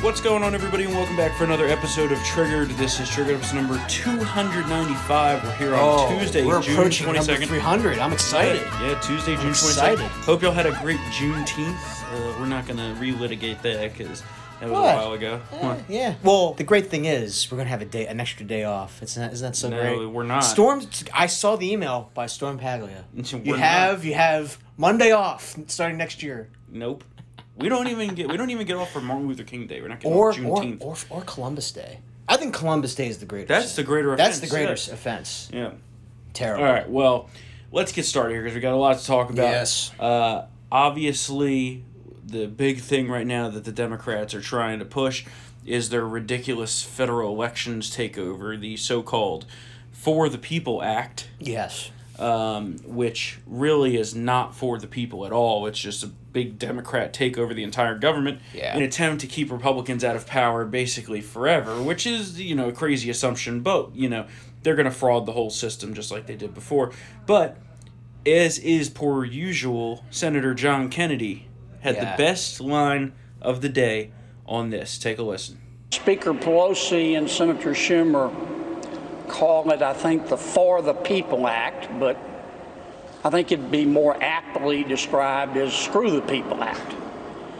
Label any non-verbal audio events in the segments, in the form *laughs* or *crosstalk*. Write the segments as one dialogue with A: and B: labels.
A: what's going on, everybody, and welcome back for another episode of Triggered. This is Triggered episode number 295. We're here on Tuesday,
B: Oh, we're
A: June
B: approaching number
A: 22nd.
B: 300. I'm excited.
A: Yeah, Tuesday, June 22nd.
B: excited.
A: Hope y'all had a great Juneteenth. Uh, we're not going to relitigate that because that was a
B: What? Eh.
A: while ago.
B: Yeah, yeah. Well, the great thing is we're gonna have a day, an extra day off. Isn't that, isn't that so
A: No,
B: great?
A: we're not.
B: Storm. I saw the email by Storm Paglia. you
A: not.
B: have you have Monday off starting next year,
A: Nope. We don't even get we don't even get off for Martin Luther King Day. We're not getting
B: or
A: off
B: or,
A: Juneteenth.
B: or or Columbus Day. I think Columbus Day is the greater.
A: That's
B: sin.
A: the greater
B: That's
A: offense,
B: the greater
A: yeah.
B: offense.
A: yeah.
B: Terrible.
A: All right. Well, let's get started here because we got a lot to talk about.
B: Yes.
A: Uh, obviously, the big thing right now that the Democrats are trying to push is their ridiculous federal elections takeover, the so-called "For the People Act,"
B: Yes.
A: um, which really is not for the people at all. It's just a big Democrat takeover the entire government
B: Yeah.
A: in attempt to keep Republicans out of power basically forever, which is, you know, a crazy assumption, but, you know, they're going to fraud the whole system just like they did before. But as is per usual, Senator John Kennedy had
B: Yeah.
A: the best line of the day on this. Take a listen.
C: Speaker Pelosi and Senator Schumer call it, I think, the For the People Act, but I think it'd be more aptly described as Screw the People Act.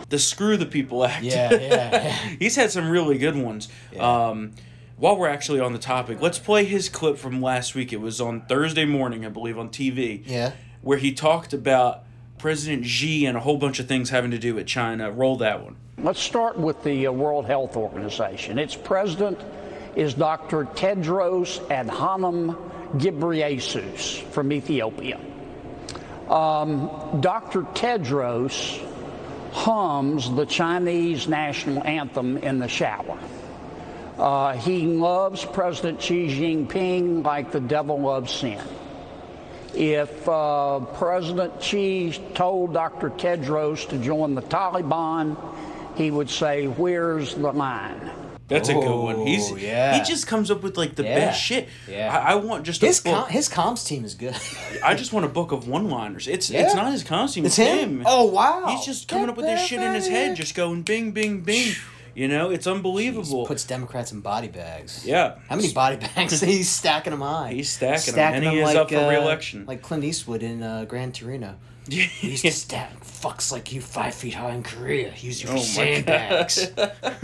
A: The Screw the People Act.
B: Yeah. Yeah.
A: *laughs* He's had some really good ones. Um, while we're actually on the topic, let's play his clip from last week. It was on Thursday morning, I believe, on TV.
B: Yeah.
A: Where he talked about President Xi and a whole bunch of things having to do with China. Roll that one.
C: Let's start with the uh, World Health Organization. Its president is Dr. Tedros Adhanom Ghebreyesus from Ethiopia. Um, Dr. Tedros hums the Chinese national anthem in the shower. Uh, he loves President Xi Jinping like the devil loves sin. If uh, President Xi told Dr. Tedros to join the Taliban, he would say, Where's the line?
A: That's a good one. He's
B: Oh, yeah.
A: he just comes up with like the
B: Yeah.
A: best shit.
B: Yeah.
A: I, I want just
B: His
A: a book.
B: com- his comms team is good.
A: I just want a book of one liners. It's
B: Yeah.
A: it's not his costume.
B: It's him? Oh, wow.
A: He's just coming
B: Get
A: up with this
B: that
A: shit in his
B: outta
A: head,
B: here.
A: just going bing bing bing. You know, it's unbelievable.
B: Puts Democrats in body bags.
A: yeah.
B: How many body bags? *laughs* he's stacking them high.
A: He's stacking 'em, and he is up for re-election.
B: like Clint Eastwood in uh,
A: *laughs*
B: Grand Torino. He's just stack fucks like you five feet high in Korea. Use your
A: Oh my *laughs*
B: sandbags.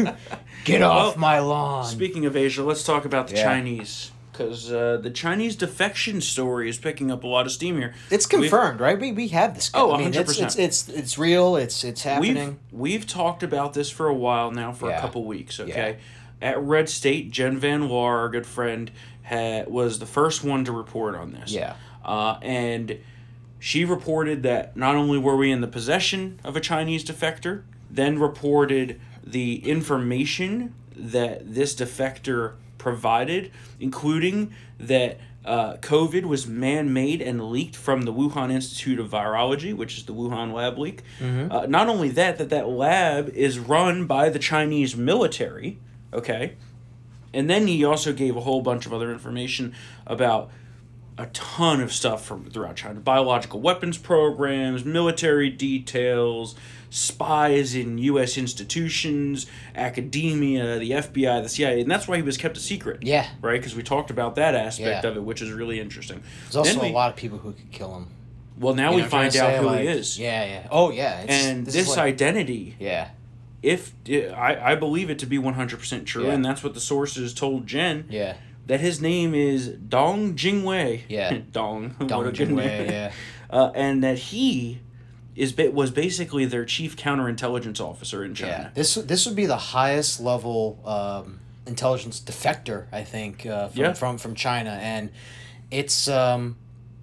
B: *laughs* Get
A: Well,
B: off my lawn.
A: Speaking of Asia, let's talk about the
B: Yeah.
A: Chinese because uh, the Chinese defection story is picking up a lot of steam here.
B: it's confirmed, right? We, we have this.
A: Oh,
B: I mean, it's,
A: 100%.
B: it's it's it's real. It's it's
A: We've
B: happening.
A: we've, we've talked about this for a while now, for a
B: Yeah.
A: couple weeks. Okay, at Red State, Jen Van Loire, our good friend, had, was the first one to report on this.
B: Yeah.
A: uh, and she reported that not only were we in the possession of a Chinese defector, then reported the information that this defector provided, including that uh, COVID was man made and leaked from the Wuhan Institute of Virology, which is the Wuhan lab leak. Uh, not only that, that that lab is run by the Chinese military, okay? And then he also gave a whole bunch of other information about a ton of stuff from throughout China biological weapons programs, military details, spies in U.S. institutions, academia, the FBI, the CIA. And that's why he was kept a secret.
B: Yeah.
A: Right? Because we talked about that aspect
B: Yeah.
A: of it, which is really interesting.
B: There's also
A: Then we-
B: a lot of people who could kill him.
A: Well, now we
B: You know what I'm
A: find
B: trying to
A: out
B: say?
A: who
B: Like,
A: he is.
B: Yeah, yeah. Oh yeah. It's,
A: And this,
B: is like-
A: identity
B: Yeah.
A: if I, I believe it to be 100% true
B: Yeah.
A: and that's what the sources told jen
B: Yeah.
A: that his name is dong jingwei
B: Yeah.
A: *laughs* dong what a
B: Dong
A: good
B: Jin-wei,
A: name.
B: yeah.
A: uh, and that he is ba- was basically their chief counterintelligence officer in
B: Yeah,
A: china
B: this this would be the highest level um, intelligence defector, I think, uh, from,
A: Yeah.
B: from from China, and it's um,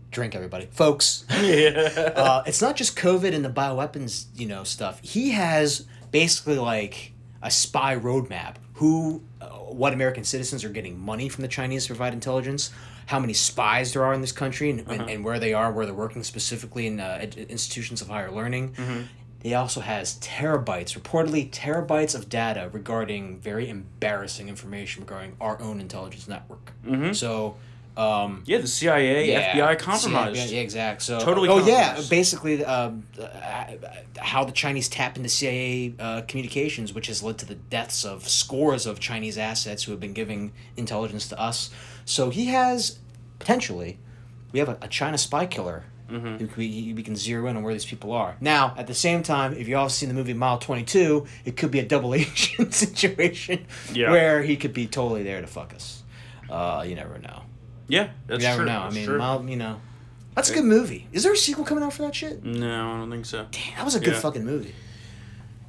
B: drink everybody, folks. *laughs* uh, it's not just COVID and the bioweapons, you know, stuff. He has basically like a spy roadmap. Who, uh, what American citizens are getting money from the Chinese to provide intelligence? How many spies there are in this country, and, and, and where they are, where they're working specifically in uh, ed- institutions of higher learning. He also has terabytes, reportedly terabytes of data regarding very embarrassing information regarding our own intelligence network. So Um,
A: *laughs* Yeah, the CIA,
B: yeah,
A: FBI compromised.
B: Yeah, yeah, exact. So
A: Totally
B: Oh yeah,
A: compromised.
B: basically um, uh, how the Chinese tap into CIA uh, communications, which has led to the deaths of scores of Chinese assets who have been giving intelligence to us. So he has potentially we have a, a China spy killer.
A: Mm-hmm.
B: who We, we can zero in on where these people are. Now, at the same time, if you all have seen the movie Mile 22, it could be a double *laughs* agent situation
A: Yeah.
B: where he could be totally there to fuck us. Uh, you never know.
A: Yeah, that's
B: You never
A: true.
B: know. I
A: that's
B: mean,
A: true.
B: mild, you know, that's a good movie. Is there a sequel coming out for that shit?
A: no, I don't think so.
B: That was a good
A: Mm. Yeah.
B: fucking movie.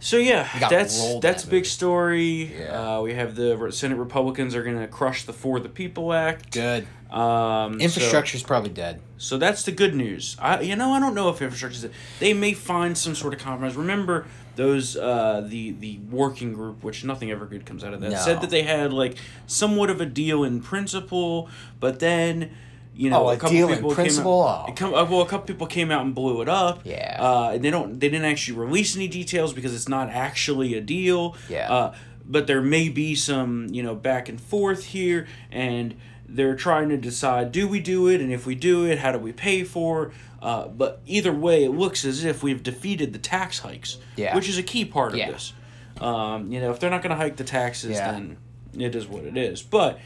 A: So yeah,
B: got
A: that's
B: rolled
A: that's
B: that
A: a big
B: movie.
A: story.
B: Yeah.
A: Uh, we have the re- Senate Republicans are going to crush the For the People Act.
B: Good.
A: Um, so-
B: Infrastructure's probably dead.
A: So that's the good news. I you know I don't know if infrastructure. They may find some sort of compromise. Remember those uh, the the working group, which nothing ever good comes out of that.
B: No.
A: Said that they had like somewhat of a deal in principle, but then you know
B: Oh,
A: a
B: a
A: couple
B: deal in
A: people
B: principle?
A: Came out,
B: Oh.
A: it come, uh, well, a couple people came out and blew it up.
B: Yeah.
A: Uh, and they don't they didn't actually release any details because it's not actually a deal.
B: Yeah.
A: Uh, but there may be some you know back and forth here and they're trying to decide do we do it and if we do it how do we pay for it? uh, but either way it looks as if we've defeated the tax hikes
B: Yeah.
A: which is a key part
B: Yeah.
A: of this um, you know if they're not going to hike the taxes
B: Yeah.
A: then it is what it is but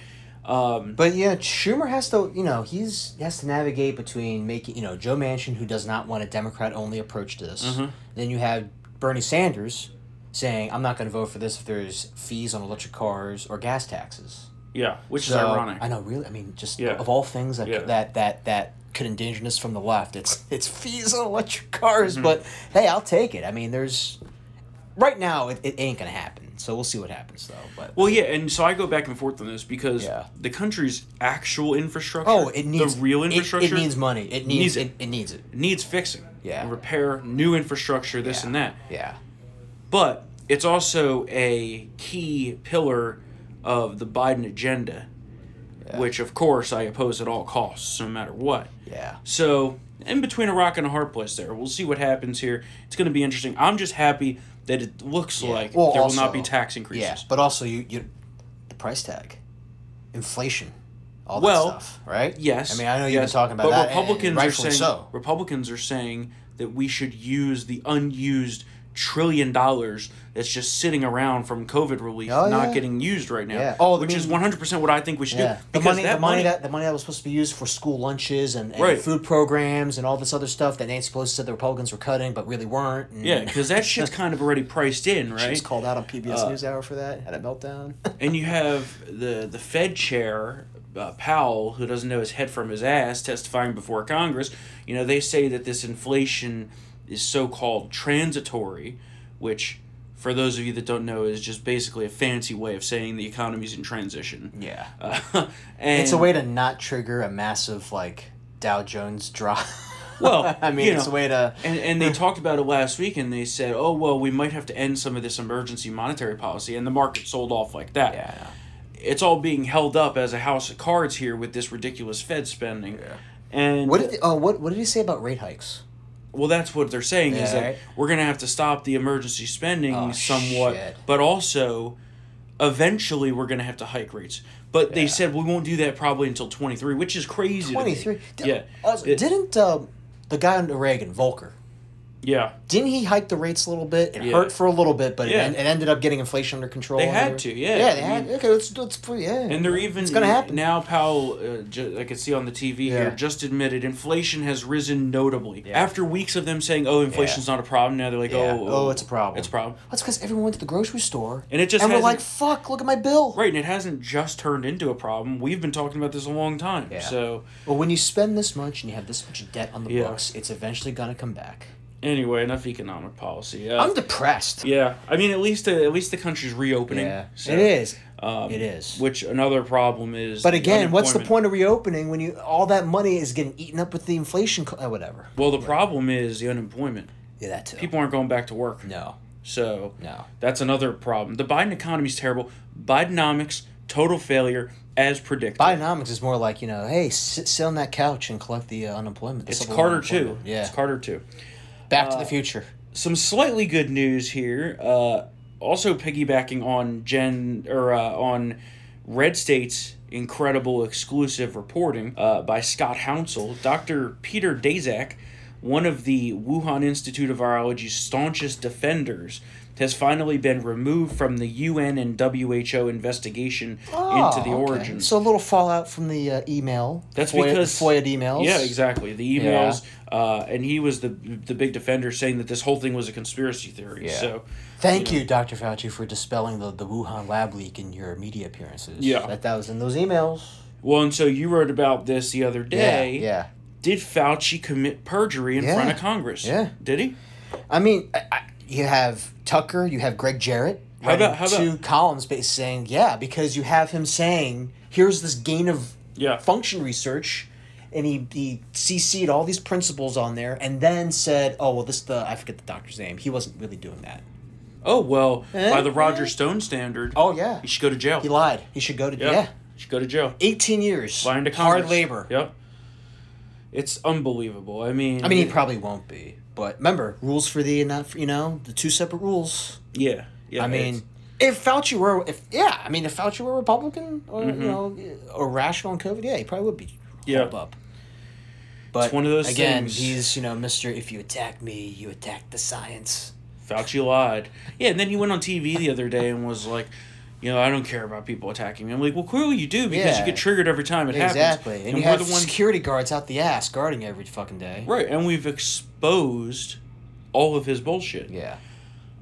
A: um,
B: But yeah, Schumer has to, you know, he's he has to navigate between making, you know, Joe Manchin, who does not want a Democrat only approach to this.
A: Mm-hmm.
B: Then you have Bernie Sanders saying, "I'm not going to vote for this if there's fees on electric cars or gas taxes."
A: yeah which is
B: So-
A: ironic
B: I know, really. I mean, just
A: Yeah.
B: of all things that,
A: Yeah.
B: that that that could endanger us from the left, it's it's fees on electric cars.
A: Mm-hmm.
B: But hey, I'll take it. I mean, there's right now it, it ain't gonna happen. So we'll see what happens though. But
A: well yeah and so i go back and forth on this because
B: Yeah.
A: the country's actual infrastructure
B: oh, it needs
A: the real
B: it-
A: infrastructure
B: It, needs money. It
A: Needs
B: needs,
A: it.
B: it. It needs it.
A: needs fixing
B: Yeah.
A: repair new infrastructure this
B: Yeah.
A: and that
B: Yeah.
A: but it's also a key pillar of the Biden agenda, which of course I oppose at all costs, no matter what.
B: Yeah.
A: So in between a rock and a hard place, there we'll see what happens here. It's going to be interesting. I'm just happy that it looks like
B: Well,
A: there will
B: also-
A: not be tax increases.
B: Yeah. But also, you you the price tag, inflation, all
A: Well,
B: that stuff, right?
A: Yes.
B: I mean, I know you've
A: yes,
B: been talking about
A: but
B: that, and- and
A: Republicans are
B: rightfully
A: saying
B: so.
A: Republicans are saying that we should use the unused trillion dollars that's just sitting around from COVID relief
B: Oh,
A: not
B: yeah.
A: getting used right now.
B: Yeah. Oh, I
A: which is
B: mean-
A: one hundred percent what I think we should
B: Yeah,
A: do.
B: the
A: Because
B: money,
A: that
B: the money, that the money that was supposed to be used for school lunches and, and
A: Right.
B: food programs and all this other stuff that Nancy Pelosi said the Republicans were cutting but really weren't. And *laughs*
A: yeah, because that shit's kind of already priced in,
B: she was
A: right? Uh,
B: called out on PBS NewsHour for that. Had a meltdown. *laughs*
A: And you have the the Fed chair uh, Powell, who doesn't know his head from his ass, testifying before Congress. You know, they say that this inflation is so called transitory, which, for those of you that don't know, is just basically a fancy way of saying the economy's in transition.
B: yeah,
A: Uh, *laughs* and
B: it's a way to not trigger a massive like Dow Jones drop. *laughs*
A: Well,
B: I mean,
A: you
B: it's
A: know,
B: a way to.
A: And, and they talked about it last week, and they said, "Oh well, we might have to end some of this emergency monetary policy," and the market sold off like that.
B: Yeah, I know.
A: it's all being held up as a house of cards here with this ridiculous Fed spending. And
B: What did oh what what did he say about rate hikes?
A: well, that's what they're saying is
B: Yeah,
A: that
B: right.
A: we're gonna have to stop the emergency spending
B: Oh,
A: somewhat,
B: shit.
A: but also eventually we're gonna have to hike rates. But they
B: Yeah.
A: said we won't do that probably until twenty three, which is crazy. to me.
B: Twenty three.
A: Yeah. It-
B: didn't uh, the guy under Reagan Volker?
A: yeah.
B: Didn't he hike the rates a little bit? It
A: Yeah.
B: hurt for a little bit, but
A: Yeah.
B: it, en- it ended up getting inflation under control.
A: They
B: and
A: had
B: everything.
A: to, yeah.
B: Yeah, they
A: I
B: had.
A: mean-
B: Okay, let's let's put yeah.
A: And they're even
B: It's gonna happen.
A: now. Powell, uh, ju- I can see on the TV here,
B: Yeah.
A: just admitted inflation has risen notably. After weeks of them saying, "Oh, inflation's not a problem," now they're like,
B: Yeah.
A: "Oh,
B: Oh, it's a problem.
A: It's a problem."
B: That's because everyone went to the grocery store,
A: And it just
B: and we're
A: hasn't-
B: like, "Fuck! Look at my bill."
A: Right, and it hasn't just turned into a problem. We've been talking about this a long time.
B: Yeah.
A: So
B: Well, when you spend this much and you have this much debt on the
A: Yeah.
B: books, it's eventually gonna come back.
A: anyway, enough economic policy. Uh,
B: I'm depressed.
A: yeah, I mean, at least uh, at least the country's reopening. so,
B: it is. it is.
A: Which another problem is.
B: But
A: the
B: again, what's the
A: unemployment.
B: point of reopening when you all that money is getting eaten up with the inflation? Co- uh, whatever.
A: Well, the problem is the unemployment.
B: Yeah, that too.
A: People aren't going back to work.
B: no,
A: So
B: no.
A: That's another problem. The Biden economy is terrible. Bidenomics, total failure, as predicted.
B: Bionomics is more like you know, hey, sit, sit on that couch and collect the uh, unemployment. the
A: it's
B: supplemental
A: Carter too.
B: unemployment. Yeah,
A: It's Carter too.
B: Back to the Future.
A: Some slightly good news here. Uh, also piggybacking on Jen or uh, on Red State's incredible exclusive reporting uh, by Scott Hounsel, Dr. Peter Daszak, one of the Wuhan Institute of Virology's staunchest defenders, has finally been removed from the UN and WHO investigation into the
B: Oh, okay.
A: origins.
B: So a little fallout from the uh, email.
A: That's
B: FOIA,
A: because
B: FOIA emails.
A: Yeah, exactly. The emails, uh, and he was the the big defender saying that this whole thing was a conspiracy theory.
B: Yeah.
A: So
B: Thank you, Dr. Fauci, for dispelling the, the Wuhan lab leak in your media appearances.
A: Yeah.
B: That, that was in those emails.
A: well, and so you wrote about this the other day.
B: Yeah.
A: Did Fauci commit perjury in
B: Yeah.
A: front of Congress?
B: Yeah.
A: Did he?
B: yeah. I mean, I, I, you have Tucker, you have Greg Jarrett.
A: How about-
B: writing
A: how
B: two
A: about-
B: columns based saying, yeah, because you have him saying, here's this gain of
A: Yeah.
B: function research. And he, he CC'd all these principles on there and then said, oh, well, this, the, I forget the doctor's name. He wasn't really doing that.
A: Oh well,
B: Eh,
A: by the Roger
B: eh.
A: Stone standard.
B: Oh, yeah.
A: he should go to jail.
B: He lied. He should go to,
A: Yeah,
B: yeah.
A: he should go to jail.
B: 18 years.
A: Lying to Congress.
B: Hard labor.
A: Yep. It's unbelievable. I mean,
B: I mean, he probably won't be. But remember, rules for thee and not for, you know, the two separate rules.
A: yeah, yeah.
B: I
A: it's-
B: mean, if Fauci were, if, yeah, I mean, if Fauci were Republican or, you know, or rational on COVID, yeah, he probably would be
A: Mm-hmm. Yeah.
B: holed up. But
A: one of those
B: again,
A: things-
B: he's, you know, Mr. If you attack me, you attack the science.
A: Fauci lied. Yeah, and then he went on TV the other day and was like, you know, I don't care about people attacking me. I'm like, well, clearly you do because
B: Yeah.
A: you get triggered every time it
B: Exactly.
A: happens.
B: And, you
A: we're
B: have
A: the ones
B: security guards out the ass guarding every fucking day.
A: right, and we've exposed all of his bullshit.
B: Yeah.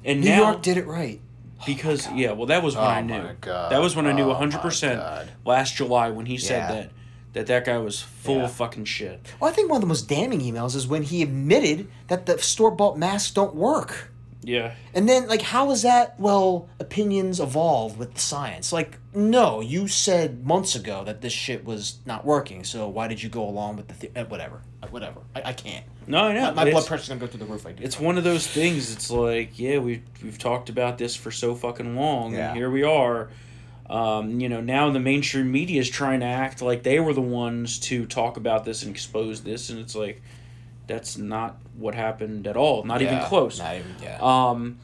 A: And
B: New
A: now
B: York did it right.
A: because yeah, well, that was when
B: Oh
A: I
B: my
A: knew.
B: God.
A: That was when I knew
B: Oh my
A: 100 percent
B: God.
A: last July when he said
B: Yeah.
A: that that that guy was full
B: Yeah.
A: of fucking shit.
B: Well, I think one of the most damning emails is when he admitted that the store bought masks don't work.
A: Yeah,
B: And then, like, how is that? Well, opinions evolve with the science. Like, no, you said months ago that this shit was not working. So why did you go along with the the- eh, whatever? Uh, Whatever. I, I can't.
A: no, I know.
B: My, my
A: It's-
B: blood pressure's gonna go through the roof. I do.
A: it's one of those things. It's like, yeah, we've we've talked about this for so fucking long,
B: Yeah.
A: and here we are. Um, you know, now the mainstream media is trying to act like they were the ones to talk about this and expose this, and it's like, that's not what happened at all. Not even close.
B: Not even. Yeah.
A: Um.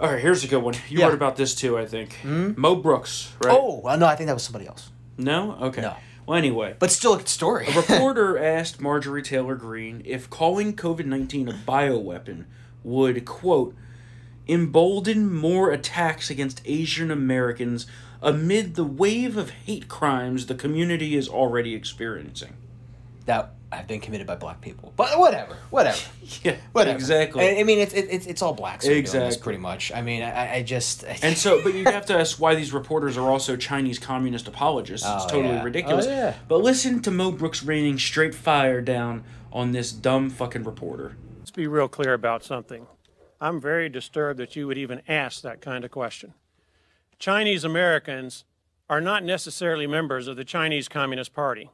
A: All right, here's a good one. You
B: Yeah. Hmm?
A: wrote about this too, I think. Mo Brooks, right?
B: oh well, no, I think that was somebody else.
A: no, okay.
B: No.
A: Well, anyway,
B: But still, a good story.
A: a reporter asked Marjorie Taylor Greene if calling COVID 19 a bioweapon would, quote, embolden more attacks against Asian Americans amid the wave of hate crimes the community is already experiencing. *laughs*
B: that have been committed by black people. But whatever. Whatever.
A: *laughs* Yeah,
B: Whatever.
A: exactly.
B: I, I mean, it's it, it's it's all blacks. who are doing this,
A: Exactly.
B: pretty much. I mean, I, I just.
A: And so, but you have to ask why these reporters are also Chinese communist apologists. It's
B: Oh,
A: totally
B: yeah.
A: ridiculous.
B: Oh, yeah.
A: But listen to Mo Brooks raining straight fire down on this dumb fucking reporter.
D: Let's be real clear about something. I'm very disturbed that you would even ask that kind of question. Chinese Americans are not necessarily members of the Chinese Communist Party.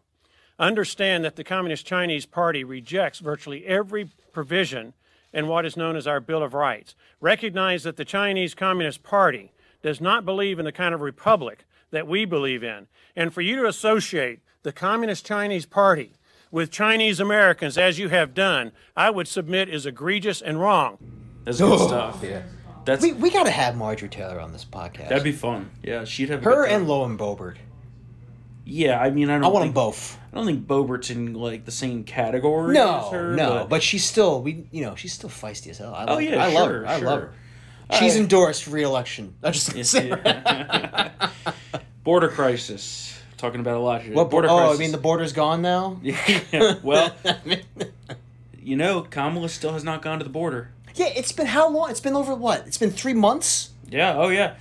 D: Understand that the Communist Chinese Party rejects virtually every provision in what is known as our Bill of Rights. Recognize that the Chinese Communist Party does not believe in the kind of republic that we believe in. And for you to associate the Communist Chinese Party with Chinese Americans, as you have done, I would submit is egregious and wrong.
A: That's good stuff.
B: Oh. yeah.
A: That's
B: *laughs* We, we gotta have Marjorie Taylor on this podcast.
A: that'd be fun. Yeah, she'd have a
B: her
A: good time.
B: and Lowen Bobert.
A: Yeah, I mean, I don't.
B: I want
A: think,
B: them both.
A: I don't think Bobert's in like the same category.
B: No,
A: as her,
B: no, but, she's still we you know she's still feisty as hell. I
A: oh
B: love
A: yeah,
B: her. I
A: sure,
B: love her. I
A: sure.
B: love her. She's endorsed for re-election. *laughs* I just *laughs*
A: Yeah. border crisis. Talking about a lot here.
B: what border?
A: border
B: Oh,
A: crisis?
B: I mean the border's gone now. Yeah,
A: yeah, *laughs*
B: *laughs*
A: well, you know, Kamala still has not gone to the border.
B: it's been how long? It's been over what? It's been three months.
A: Yeah. Oh yeah.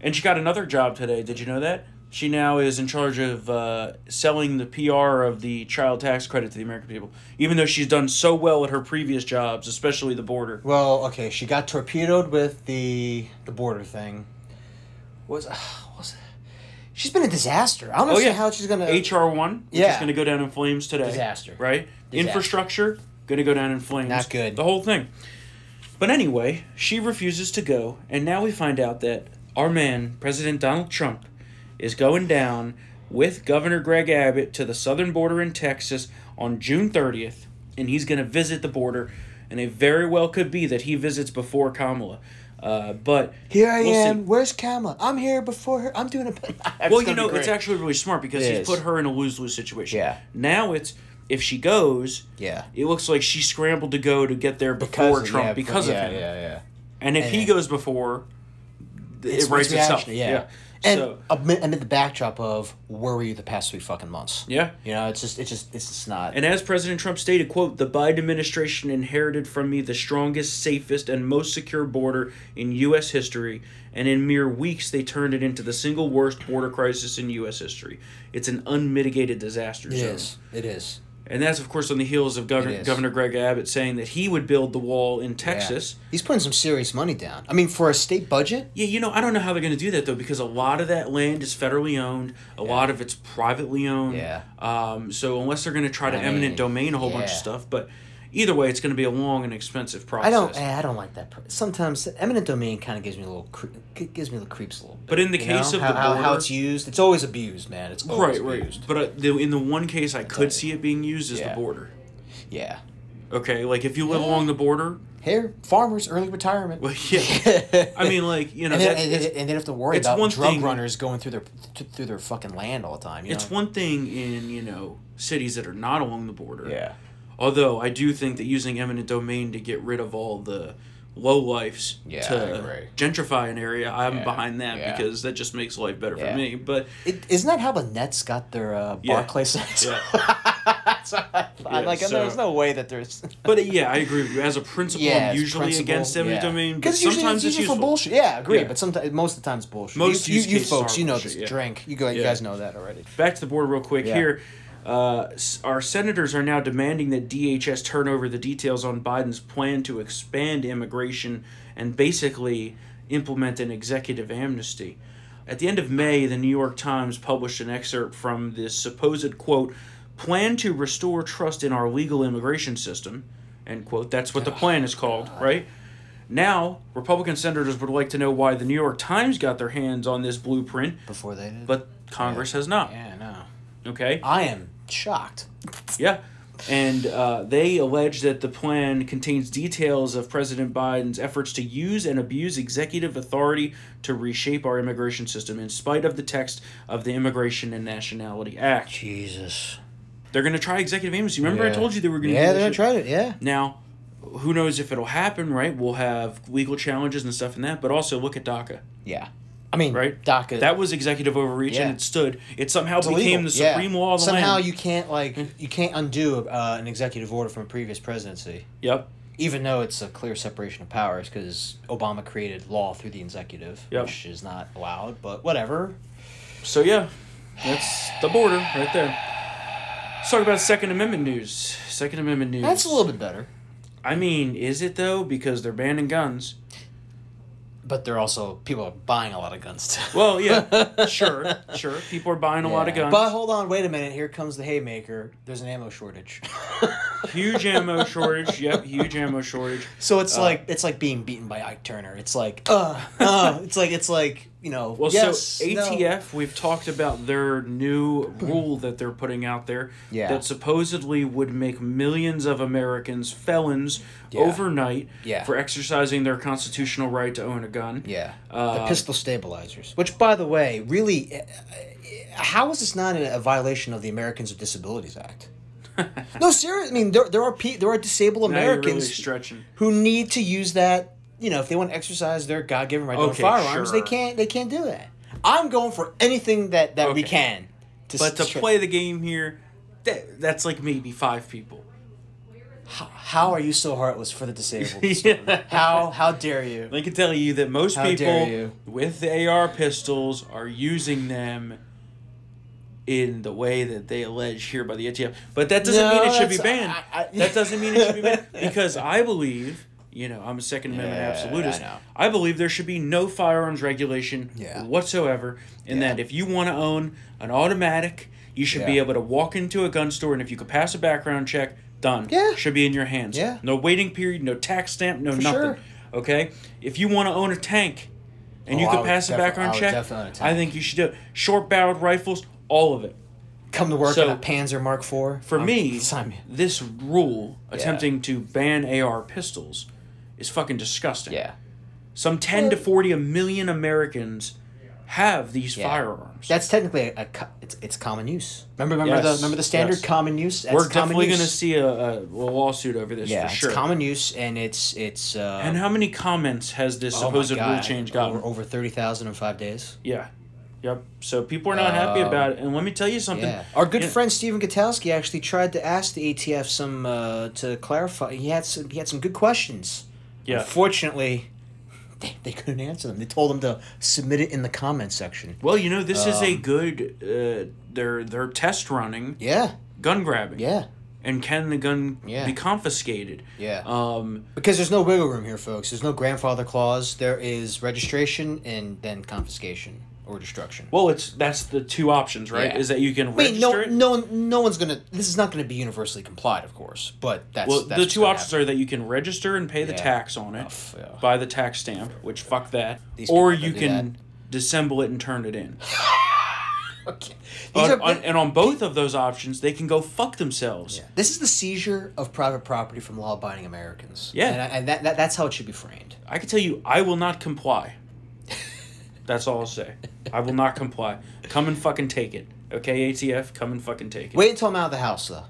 A: And she got another job today. Did you know that? She now is in charge of uh, selling the PR of the child tax credit to the American people, even though she's done so well at her previous jobs, especially the border.
B: Well, okay, she got torpedoed with the the border thing. Was uh, was she's been a disaster. I don't
A: Oh
B: understand
A: yeah,
B: how she's gonna
A: HR one? Which is
B: Yeah.
A: going to go down in flames today.
B: Disaster.
A: Right.
B: Disaster.
A: Infrastructure going to go down in flames.
B: Not good.
A: The whole thing. But anyway, she refuses to go, and now we find out that our man, President Donald Trump, is going down with Governor Greg Abbott to the southern border in Texas on June thirtieth, and he's going to visit the border, and it very well could be that he visits before Kamala. Uh, but
B: Here I
A: we'll see.
B: am. Where's Kamala? I'm here before her. I'm doing a. *laughs*
A: well, you know, it's actually really smart because
B: It
A: he's
B: is.
A: put her in a lose lose situation.
B: Yeah.
A: Now it's if she goes,
B: Yeah.
A: it looks like she scrambled to go to get there before Trump because
B: yeah,
A: of him.
B: Yeah, yeah.
A: And if he
B: And-
A: goes before, it writes itself.
B: reaction, Yeah. And
A: so,
B: amid, amid the backdrop of where were you the past three fucking months?
A: yeah.
B: You know, it's just, it's just, it's just not.
A: And as President Trump stated, quote, the Biden administration inherited from me the strongest, safest, and most secure border in U.S. history, and in mere weeks they turned it into the single worst border crisis in U.S. history. It's an unmitigated disaster
B: it
A: zone.
B: is. It is.
A: And that's, of course, on the heels of
B: It
A: Governor,
B: is.
A: Governor Greg Abbott saying that he would build the wall in
B: Yeah.
A: Texas.
B: He's putting some serious money down. I mean, for a state budget,
A: Yeah, you know, I don't know how they're going to do that, though, because a lot of that land is federally owned, a lot of it's privately owned.
B: Yeah.
A: Um, so unless they're going to try to
B: I
A: eminent
B: mean,
A: domain a whole bunch of
B: yeah.
A: stuff, but either way, it's going to be a long and expensive process.
B: I don't, eh, I don't like that. pr- Sometimes eminent domain kind of gives me a little, cre- g- gives me the creeps a little. Bit,
A: But in the
B: you
A: case
B: know?
A: of
B: how,
A: the
B: how, how
A: border-
B: it's used, it's always abused, man. It's always
A: Right, right.
B: abused.
A: But uh, the, in the one case I could see it being used is
B: Yeah.
A: the border.
B: Yeah.
A: Okay, like if you live along the border, *laughs*
B: Here, farmers early retirement.
A: well, yeah. I mean, like you know,
B: *laughs* and, then,
A: that's-
B: and,
A: it's-
B: then, and they don't have to worry
A: it's
B: about
A: one
B: drug
A: thing-
B: runners going through their th- through their fucking land all the time. You
A: It's
B: know?
A: one thing in, you know, cities that are not along the border.
B: Yeah.
A: Although I do think that using eminent domain to get rid of all the low lifes
B: Yeah, I agree.
A: to gentrify an area, I'm behind that
B: yeah.
A: because that just makes life better
B: Yeah.
A: for me. But
B: It, isn't that how the Nets got their uh,
A: Yeah.
B: Barclay *laughs* Center?
A: yeah.
B: I'm like,
A: Yeah,
B: there's
A: so-
B: no way
A: *laughs*
B: that there's.
A: but uh, yeah, I agree with you. As a principle,
B: yeah,
A: I'm
B: it's
A: usually
B: principle,
A: against eminent
B: yeah.
A: domain, but
B: 'Cause usually
A: sometimes it's,
B: usually
A: useful.
B: for bullshit. Yeah, I agree.
A: Yeah.
B: But sometimes, most of the time, it's bullshit.
A: Most
B: you,
A: use
B: you, you
A: cases are
B: folks, you know
A: bullshit,
B: this
A: yeah.
B: drink. You, go, you
A: Yeah.
B: guys know that already.
A: back to the border real quick
B: Yeah.
A: here. Uh, s- our senators are now demanding that DHS turn over the details on Biden's plan to expand immigration and basically implement an executive amnesty. At the end of May, the New York Times published an excerpt from this supposed quote, plan to restore trust in our legal immigration system, end quote. That's what the plan is called, right? Now, Republican senators would like to know why the New York Times got their hands on this blueprint,
B: Before they did.
A: but Congress has not.
B: yeah, no.
A: Okay.
B: I am shocked.
A: Yeah. And uh, they allege that the plan contains details of President Biden's efforts to use and abuse executive authority to reshape our immigration system in spite of the text of the Immigration and Nationality Act.
B: Jesus.
A: They're going to try executive amnesty. Remember, I
B: Yeah.
A: told you they were going to
B: Yeah,
A: do
B: they
A: this
B: are
A: shit?
B: tried it. Yeah.
A: Now, who knows if it'll happen, right? We'll have legal challenges and stuff in that, but also look at DACA.
B: Yeah. I mean,
A: Right?
B: DACA.
A: That was executive overreach
B: Yeah.
A: and it stood. It somehow
B: It's
A: became
B: illegal,
A: the
B: yeah.
A: supreme law of the
B: Somehow
A: land. Hmm.
B: you can't like you can't undo uh, an executive order from a previous presidency,
A: Yep.
B: even though it's a clear separation of powers because Obama created law through the executive,
A: Yep.
B: which is not allowed. But whatever.
A: So yeah, that's the border right there. Let's talk about Second Amendment news. Second Amendment news.
B: That's a little bit better,
A: I mean, is it though? Because they're banning guns.
B: but they're also people are buying a lot of guns too.
A: Well,
B: *laughs*
A: yeah, sure, sure. People are buying a lot of
B: Yeah.
A: guns.
B: But hold on, wait a minute. Here comes the haymaker. There's an ammo shortage, *laughs*
A: huge ammo shortage. Yep, huge ammo shortage.
B: so it's like it's like being beaten by Ike Turner. It's like, uh, uh it's like it's like you know.
A: Well,
B: yes,
A: so
B: no.
A: ATF, we've talked about their new rule that they're putting out there
B: Yeah.
A: that supposedly would make millions of Americans felons
B: Yeah.
A: overnight
B: Yeah.
A: for exercising their constitutional right to own a gun.
B: Yeah.
A: Um,
B: the pistol stabilizers. Which, by the way, really, uh, uh, how is this not a a violation of the Americans with
A: *laughs*
B: Disabilities Act? no, seriously. I mean, there, there are pe- there are disabled
A: Now you're really
B: Americans
A: stretching.
B: who need to use that. You know, if they want to exercise their God given right to own
A: Okay,
B: firearms, they
A: sure.
B: can't. They can't do that. I'm going for anything that that we
A: Okay.
B: can. To
A: But to
B: stre-
A: play the game here, that, that's like maybe five people.
B: how are you so heartless for the
A: *laughs*
B: disabled? Storm? How how dare you?
A: I can tell you that most
B: How dare you.
A: people with the AR pistols are using them in the way that they allege here by the ATF. But that doesn't
B: No,
A: mean it should be
B: that's-
A: banned.
B: I- I-
A: that doesn't mean it should be
B: *laughs*
A: banned because I believe. You know, I'm a Second Amendment
B: Yeah,
A: absolutist.
B: I know.
A: I believe there should be no firearms regulation
B: Yeah.
A: whatsoever, and
B: Yeah.
A: that if you want to own an automatic, you should be
B: Yeah.
A: able to walk into a gun store, and if you could pass a background check, done.
B: Yeah.
A: Should be in your hands.
B: Yeah.
A: No waiting period, no tax stamp, no
B: For
A: nothing.
B: sure.
A: Okay, if you want to own a tank, and
B: Oh,
A: you
B: I
A: can
B: would
A: pass a
B: defi- I
A: background
B: would
A: check,
B: definitely own a tank.
A: I think you should do it. Short barreled rifles, all of it.
B: Come to work
A: So-
B: on a Panzer Mark IV
A: For me,
B: Sign me.
A: this rule attempting to ban AR pistols is fucking disgusting.
B: Yeah.
A: Some 10 to 40 a million Americans have these
B: Yeah.
A: firearms.
B: That's technically a, co- it's, it's common use. Remember remember the
A: Yes,
B: remember the standard
A: yes.
B: common use. That's
A: We're
B: common
A: definitely
B: use.
A: going to see a, a, a lawsuit over this
B: yeah,
A: for sure.
B: it's common use and it's it's uh,
A: and how many comments has this
B: oh my
A: supposed rule
B: God,
A: change gotten?
B: over, over thirty thousand in five days.
A: Yeah. Yep. So people are not happy about it. And let me tell you something.
B: Oh. Yeah, our good
A: You know-
B: friend Stephen Katowski actually tried to ask the ATF some uh, to clarify. He had some he had some good questions.
A: Yeah.
B: Unfortunately, *laughs* they, they couldn't answer them. They told him to submit it in the comment section.
A: Well, you know, this is
B: Um,
A: a good. Uh, they're they're test running
B: Yeah,
A: gun grabbing.
B: yeah,
A: And can the gun
B: Yeah.
A: be confiscated?
B: yeah.
A: Um.
B: because there's no wiggle room here, folks. There's no grandfather clause. There is registration and then confiscation or destruction.
A: Well, it's that's the two options, right?
B: Yeah.
A: Is that you can
B: I mean, no,
A: register it.
B: no, one- no one's gonna. This is not gonna be universally complied, of course. But that's
A: Well,
B: that's
A: the two options are that you can register and pay the
B: Yeah.
A: tax on it
B: Ugh, yeah.
A: by the tax stamp, which fuck that,
B: These
A: or
B: people
A: you
B: that do
A: can dissemble it and turn it in.
B: are. Okay. These
A: on,
B: are
A: on- and on both of those options, they can go fuck themselves.
B: this is the seizure of private property from law-abiding Americans.
A: Yeah.
B: and, I- and that, that that's how it should be framed.
A: I can tell you, I will not comply. That's all I'll say. I will not comply. Come and fucking take it. Okay, ATF, come and fucking take it.
B: Wait until I'm out of the house,
A: *laughs*
B: though.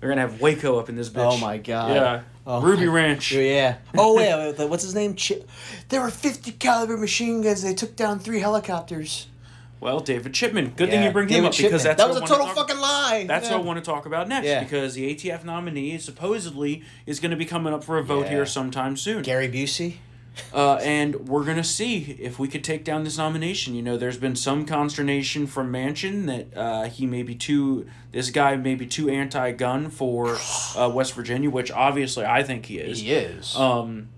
A: We're gonna have Waco up in this bitch.
B: Oh my god.
A: Yeah.
B: Oh
A: Ruby
B: my-
A: Ranch.
B: Yeah. Oh wait, wait, wait, what's his name? Chi there were fifty caliber machine guns. They took down three helicopters.
A: Well, David Chipman. Good thing
B: Yeah,
A: you bring him
B: David
A: up
B: Shipman.
A: because that's
B: that
A: what
B: was
A: I
B: a
A: wanna
B: total
A: talk-
B: fucking lie.
A: That's
B: yeah.
A: what I want to talk about next
B: Yeah.
A: because the ATF nominee supposedly is going to be coming up for a vote
B: Yeah.
A: here sometime soon.
B: Gary Busey.
A: Uh, and we're going to see if we could take down this nomination. You know, there's been some consternation from Manchin that uh, he may be too, this guy may be too anti gun
B: *sighs*
A: for uh, West Virginia, which obviously I think he is.
B: is.
A: Um,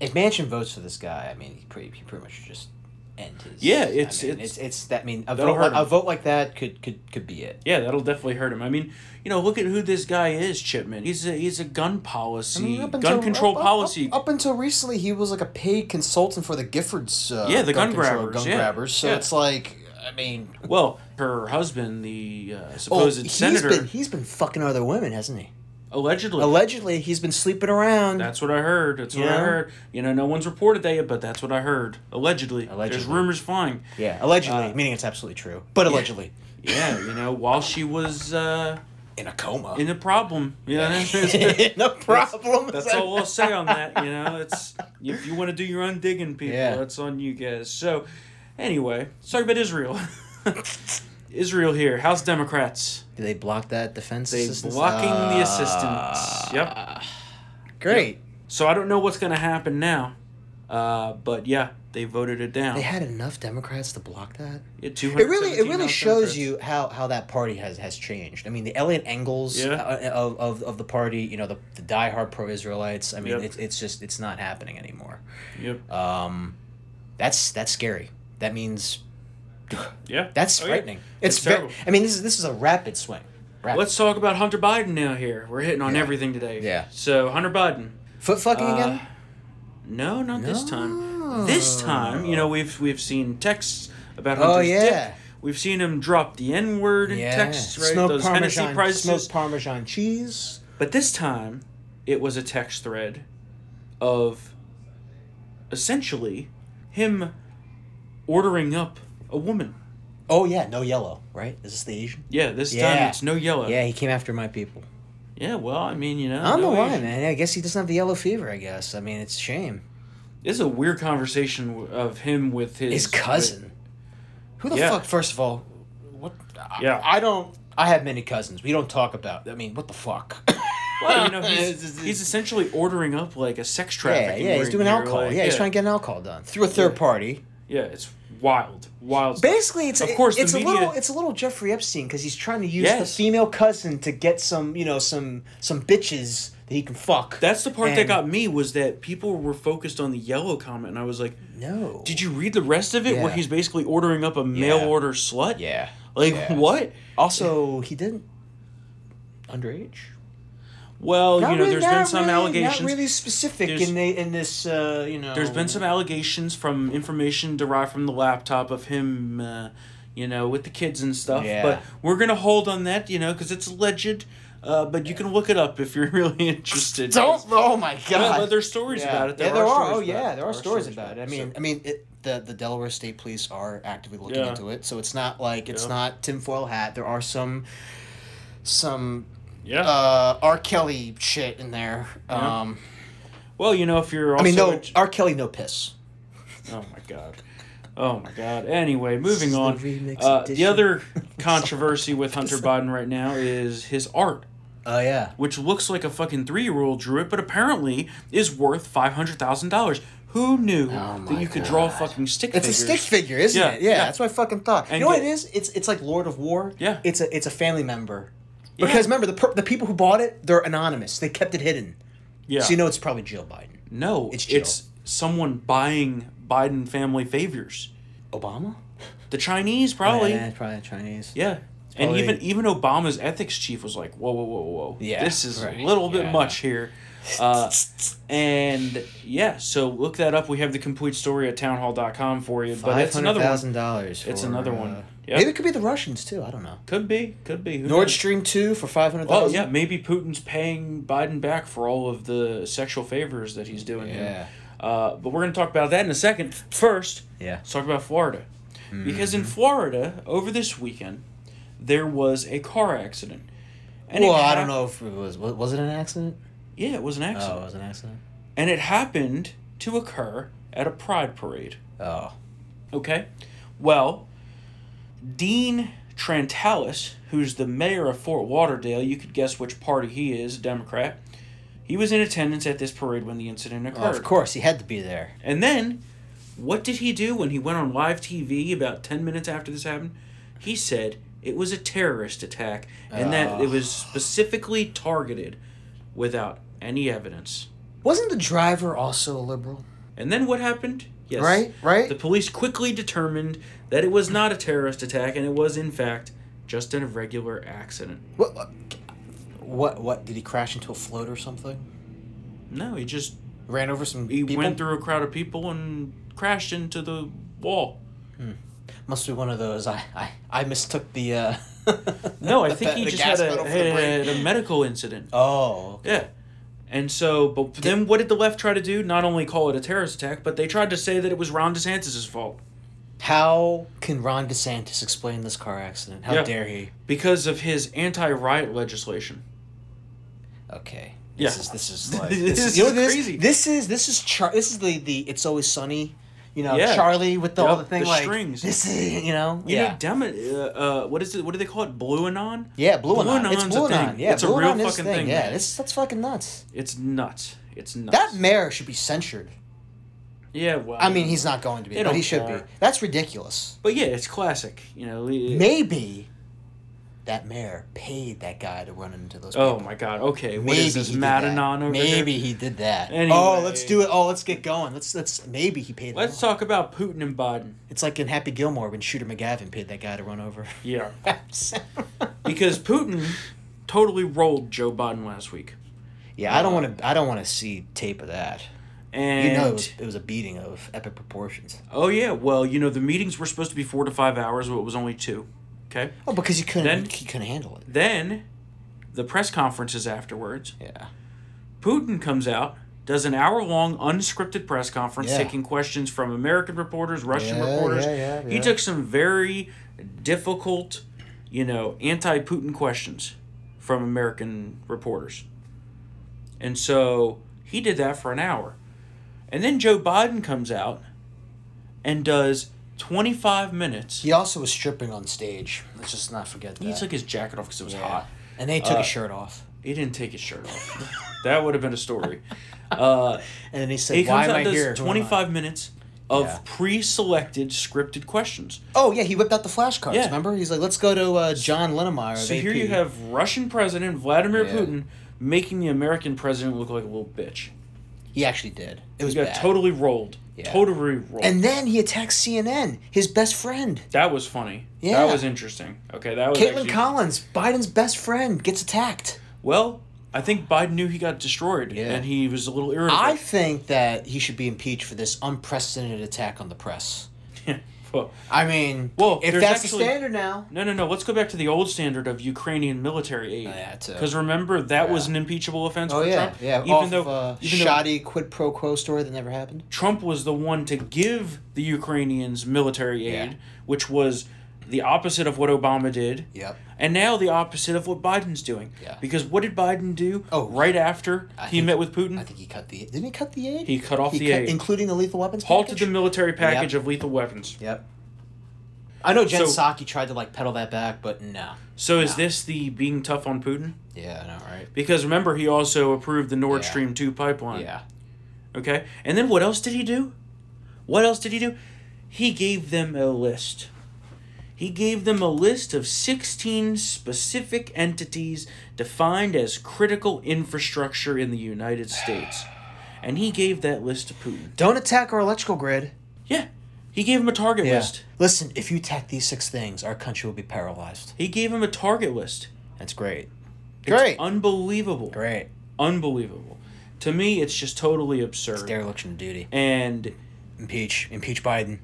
B: if Manchin votes for this guy, I mean, he pretty, he pretty much just end his.
A: Yeah,
B: I
A: it's-
B: mean,
A: it's-
B: it's it's that. I mean, a
A: That'll
B: vote,
A: hurt
B: like, a
A: him.
B: vote like that could could could be it.
A: yeah, that'll definitely hurt him. I mean, you know, look at who this guy is, Chipman. He's a, he's a gun policy, gun control policy.
B: Up, until recently, he was like a paid consultant for the Giffords. Uh,
A: Yeah, the gun
B: control-
A: grabbers,
B: Gun
A: yeah.
B: grabbers. So
A: Yeah.
B: it's like, I mean,
A: Well, her husband, the uh,
B: oh,
A: supposed
B: he's
A: senator,
B: been he's been fucking other women, hasn't he?
A: allegedly.
B: Allegedly, he's been sleeping around.
A: That's what I heard. That's what
B: Yeah.
A: I heard. You know, no one's reported that yet, but that's what I heard. Allegedly. There's
B: Allegedly.
A: rumors flying.
B: yeah, allegedly,
A: Uh,
B: meaning it's absolutely true, but allegedly
A: Yeah, you know, while she was uh,
B: in a coma. *laughs*
A: in a problem. You know, that's,
B: no *laughs* problem.
A: that's all I'll say on that. You know, it's if you want to do your own digging, people,
B: Yeah.
A: that's on you guys. So, anyway, let's talk about Israel. *laughs* Israel here, House Democrats.
B: Do they block that defense?
A: They
B: assistance?
A: blocking the
B: Ah,
A: assistance. Yep.
B: Great.
A: So I don't know what's going to happen now, uh, but yeah, they voted it down.
B: They had enough Democrats to block that.
A: Yeah,
B: It really, it
A: 217
B: really
A: House
B: shows
A: Democrats.
B: you how, how that party has, has changed. I mean, the Elliot Engels
A: Yeah.
B: uh, of, of, of the party, you know, the, the diehard pro Israelites. I mean,
A: Yep.
B: it's, it's just it's not happening anymore.
A: Yep.
B: Um, that's that's scary. That means
A: yeah.
B: that's
A: Oh, yeah.
B: frightening. It's,
A: It's
B: ve-
A: terrible.
B: I mean, this is this is a rapid swing. Rapid.
A: Let's talk about Hunter Biden now. Here, we're hitting on everything today.
B: Yeah.
A: So Hunter Biden.
B: foot fucking
A: uh,
B: again?
A: No, not this
B: No.
A: time. This time, you know, we've we've seen texts about
B: Oh,
A: Hunter's
B: yeah.
A: dick. We've seen him drop the N word in texts, right?
B: Smoked
A: Those
B: Parmesan,
A: Hennessy prices.
B: smoked Parmesan cheese.
A: But this time, it was a text thread of essentially him ordering up a woman.
B: Oh yeah, no yellow, right? Is this the Asian?
A: Yeah, this
B: Yeah.
A: time it's no yellow.
B: Yeah, he came after my people.
A: Yeah, well, I mean, you know,
B: I don't
A: no
B: know why,
A: Asian-
B: man. I guess he doesn't have the yellow fever. I guess. I mean, it's a shame.
A: This is a weird conversation w- of him with his
B: His cousin. Who the
A: Yeah.
B: fuck? First of all, what? I,
A: Yeah.
B: I don't. I have many cousins. We don't talk about. I mean, what the fuck? *laughs*
A: Well, you know, he's, he's essentially ordering up like a sex
B: yeah,
A: trafficking.
B: yeah. He's
A: ring
B: doing
A: here,
B: alcohol.
A: like,
B: yeah, he's trying to get an alcohol done through a third party.
A: Yeah, it's wild, wild. stuff.
B: Basically, it's
A: Of
B: it-
A: course, the
B: it's a
A: media-
B: little it's a little Jeffrey Epstein because he's trying to use the
A: Yes.
B: female cousin to get some you know some some bitches that he can fuck.
A: That's the part that
B: And-
A: got me was that people were focused on the yellow comment, and I was like,
B: no.
A: "Did you read the rest of it? Where
B: Yeah.
A: he's basically ordering up a mail
B: Yeah.
A: order slut?
B: Yeah.
A: like
B: Yeah.
A: what?
B: Also, he didn't underage.
A: Well,
B: Not
A: you know,
B: really-
A: there's
B: not
A: been some
B: really-
A: allegations.
B: Not really specific
A: There's-
B: in the in this. Uh, you know,
A: There's been some allegations from information derived from the laptop of him, uh, you know, with the kids and stuff.
B: Yeah.
A: But we're gonna hold on that, you know, because it's alleged. Uh, but you can look it up if you're *laughs* really interested.
B: Don't. Oh my
A: Yeah,
B: god.
A: but there's stories about it.
B: Yeah, there are. Oh
A: stories about it.
B: yeah, there are stories about it. I mean, I mean, it, the the Delaware State Police are actively looking
A: Yeah.
B: into it, so it's not like it's
A: Yeah.
B: not tinfoil hat. There are some some
A: yeah.
B: uh, R. Kelly shit in there.
A: Yeah.
B: Um,
A: well, you know, if you're
B: I
A: also
B: mean, no
A: int-
B: R. Kelly, no piss.
A: Oh my god. Oh my god. Anyway, moving
B: is the
A: on.
B: remix
A: Uh, the
B: edition. *laughs*
A: other controversy with Hunter Biden right now is his art,
B: Oh yeah.
A: which looks like a fucking three year old drew it, but apparently is worth five hundred thousand dollars. Who knew
B: Oh my
A: that you could draw a fucking stick
B: It's a stick
A: figures?
B: figure, isn't
A: Yeah,
B: it? Yeah,
A: yeah.
B: that's what I fucking thought.
A: And
B: you know what
A: go-
B: it is? It's it's like Lord of War.
A: Yeah.
B: It's a it's a family member. Because remember the per- the people who bought it, they're anonymous. They kept it hidden.
A: Yeah.
B: So you know it's probably Jill Biden.
A: no,
B: It's
A: it's,
B: Jill.
A: someone buying Biden family favors.
B: Obama?
A: The Chinese probably.
B: Yeah, probably Chinese.
A: Yeah. And
B: Probably-
A: even even Obama's ethics chief was like, whoa, whoa, whoa, whoa.
B: Yeah,
A: This is
B: right.
A: a little bit
B: Yeah.
A: much here. Uh, and yeah, so look that up. We have the complete story at townhall.com for you. But
B: Five
A: it's
B: hundred
A: another one.
B: thousand dollars.
A: It's
B: for,
A: another
B: uh,
A: one. Yeah.
B: Maybe it could be the Russians too. I don't know.
A: Could be. Could be. Who
B: Nord
A: knows?
B: Stream two for five hundred
A: Oh,
B: thousand.
A: yeah. Maybe Putin's paying Biden back for all of the sexual favors that he's doing. him.
B: Yeah.
A: Uh, but we're going to talk about that in a second. First,
B: Yeah.
A: let's talk about Florida. Because
B: Mm-hmm.
A: in Florida, over this weekend, there was a car accident. And it
B: Well, I
A: hap-
B: don't know if it was wa- was it an accident?
A: Yeah, it was an accident.
B: Oh, it was an accident.
A: and it happened to occur at a pride parade.
B: Oh.
A: Okay? Well, Dean Trantalis, who's the mayor of Fort Lauderdale, you could guess which party he is, Democrat, he was in attendance at this parade when the incident occurred.
B: Well, of course, he had to be there.
A: And then, what did he do when he went on live TV about 10 minutes after this happened? He said it was a terrorist attack and that it was
B: Ah.
A: specifically targeted without any evidence.
B: Wasn't the driver also a liberal?
A: And then what happened? Yes.
B: Right, right.
A: The police quickly determined that it was not a terrorist attack and it was, in fact, just an irregular accident.
B: What? what- What? What? Did he crash into a float or something?
A: No, he just
B: Ran over some
A: he
B: people.
A: went through a crowd of people and crashed into the wall.
B: Must be one of those. I I, I mistook the. uh *laughs*
A: No, I
B: the
A: think
B: pe-
A: he
B: the
A: just
B: gas
A: had a,
B: pedal for the
A: had
B: brake.
A: a medical incident.
B: Oh. okay.
A: Yeah. And so, but then what did the left try to do? Not only call it a terrorist attack, but they tried to say that it was Ron DeSantis' fault
B: How can Ron DeSantis explain this car accident? How
A: Yeah.
B: dare he?
A: because of his anti-riot legislation.
B: Okay.
A: Yeah.
B: This is this is
A: *laughs*
B: like
A: This
B: this is,
A: is
B: you know, this,
A: crazy.
B: This is this is Char- this is the the it's always sunny, you know,
A: Yeah.
B: Charlie with the, all the
A: Yup,
B: thing
A: the
B: like
A: strings.
B: this is you know
A: You
B: yeah.
A: know, Demo- uh, uh, what is it? What do they call it? Blue anon?
B: yeah, blue,
A: Blue
B: anon. It's
A: Anon's a
B: blue
A: thing.
B: anon. Yeah,
A: It's a
B: blue
A: real
B: anon is
A: fucking
B: thing.
A: thing,
B: Yeah,
A: man.
B: this that's fucking nuts.
A: It's nuts. It's nuts.
B: That mayor should be censured.
A: yeah, well,
B: I mean, he's not going to be,
A: They
B: but
A: don't
B: he should
A: care.
B: be. That's ridiculous.
A: But yeah, it's classic. You know. it-
B: Maybe that mayor paid that guy to run into those.
A: oh
B: people.
A: my God. Okay. What
B: Maybe
A: is this
B: he did that.
A: Madanon over there?
B: Maybe he did that. Oh,
A: Anyway.
B: let's do it. Oh, let's get going. Let's let's maybe he paid.
A: Let's
B: them off.
A: talk about Putin and Biden.
B: It's like in Happy Gilmore when Shooter McGavin paid that guy to
A: *laughs*
B: run over. *laughs*
A: Yeah. because Putin totally rolled Joe Biden last week,
B: yeah, I don't want to. I don't want to see tape of that.
A: and
B: You know, it was, it was a beating of epic proportions.
A: oh yeah, well you know the meetings were supposed to be four to five hours, but it was only two. Okay.
B: Oh, because you couldn't.
A: Then-
B: you couldn't handle it.
A: Then, the press conferences afterwards.
B: Yeah.
A: Putin comes out, does an hour long unscripted press conference
B: Yeah.
A: taking questions from American reporters, Russian
B: Yeah,
A: reporters.
B: yeah, yeah,
A: He
B: yeah.
A: took some very difficult, you know, anti Putin questions from American reporters. And so he did that for an hour. And then Joe Biden comes out and does 25 minutes.
B: He also was stripping on stage. Let's just not forget that.
A: He took his jacket off because it was
B: Yeah.
A: hot. Uh,
B: and then he took his shirt off.
A: He didn't take his shirt off. that would have been a story. Uh,
B: And then he said,
A: He
B: "Why
A: comes
B: am
A: out
B: I
A: and
B: here?
A: does
B: Who am I?"
A: 25 minutes of
B: Yeah.
A: pre-selected scripted questions.
B: Oh yeah, he whipped out the flashcards.
A: Yeah.
B: Remember, he's like, "Let's go to uh, John Linnemeyer." of
A: So here
B: AP."
A: you have Russian President Vladimir
B: Yeah.
A: Putin making the American president look like a little bitch.
B: He actually did. It was
A: He got
B: bad.
A: totally rolled.
B: Yeah.
A: Totally rolled.
B: And then he attacks CNN, his best friend.
A: that was funny.
B: Yeah.
A: That was interesting. Okay, that was
B: Caitlin
A: actually-
B: Collins, Biden's best friend, gets attacked.
A: Well, I think Biden knew he got destroyed
B: Yeah.
A: and he was a little irritable.
B: I think that he should be impeached for this unprecedented attack on the press.
A: *laughs* Well,
B: I mean,
A: Well,
B: if
A: there's
B: that's
A: actually-
B: the standard now,
A: no, no, no. Let's go back to the old standard of Ukrainian military aid.
B: Oh, yeah, too.
A: Because remember that was an impeachable offense.
B: oh
A: for
B: yeah,
A: Trump,
B: yeah,
A: Even
B: off
A: though,
B: of uh, a
A: even though
B: shoddy quid pro quo story that never happened.
A: Trump was the one to give the Ukrainians military aid,
B: Yeah.
A: which was the opposite of what Obama did.
B: Yep.
A: And now the opposite of what Biden's doing.
B: Yeah.
A: Because what did Biden do
B: Oh,
A: right after
B: I
A: he
B: think-
A: met with Putin?
B: I think he cut the didn't he cut the aid?
A: He cut off the aid.
B: including the lethal weapons.
A: halted
B: package?
A: the military package
B: Yep.
A: of lethal weapons.
B: Yep. I know Jen
A: So-
B: Psaki tried to like pedal that back, but no.
A: So is this the being tough on Putin?
B: Yeah, I know, right?
A: Because remember he also approved the Nord
B: Yeah.
A: Stream 2 pipeline.
B: Yeah.
A: Okay? And then what else did he do? What else did he do? He gave them a list. He gave them a list of 16 specific entities defined as critical infrastructure in the United States. And he gave that list to Putin.
B: Don't attack our electrical grid.
A: Yeah. He gave him a target list.
B: Listen, if you attack these six things, our country will be paralyzed.
A: He gave him a target list.
B: That's great.
A: It's
B: Great.
A: unbelievable.
B: Great.
A: Unbelievable. To me, it's just totally absurd.
B: Dereliction of duty.
A: and
B: Impeach. Impeach Biden.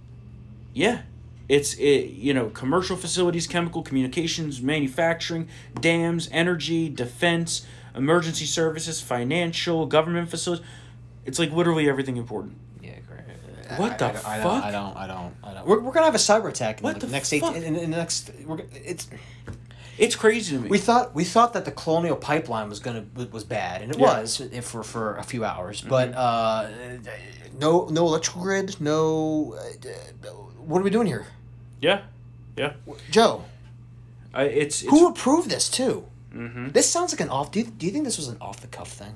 A: yeah, it's it, you know commercial facilities, chemical communications, manufacturing, dams, energy, defense, emergency services, financial, government facilities. It's like literally everything important.
B: Yeah, great.
A: What
B: I-
A: the
B: I, don't- I
A: fuck?
B: Don't, I don't. I don't. I don't. We're, we're gonna have a cyber attack in
A: What
B: the
A: the
B: next
A: fuck?
B: eighteen. In, in the next, we're, g- it's
A: It's crazy to me.
B: we thought we thought that the colonial pipeline was gonna was bad, and it was if for for a few hours. But uh, no no electrical grid. No. Uh, what are we doing here,
A: yeah, yeah.
B: Joe?
A: I, it's, it's
B: Who approved this too? Mm-hmm. This sounds like an off. Do you, do you think this was an off the cuff thing?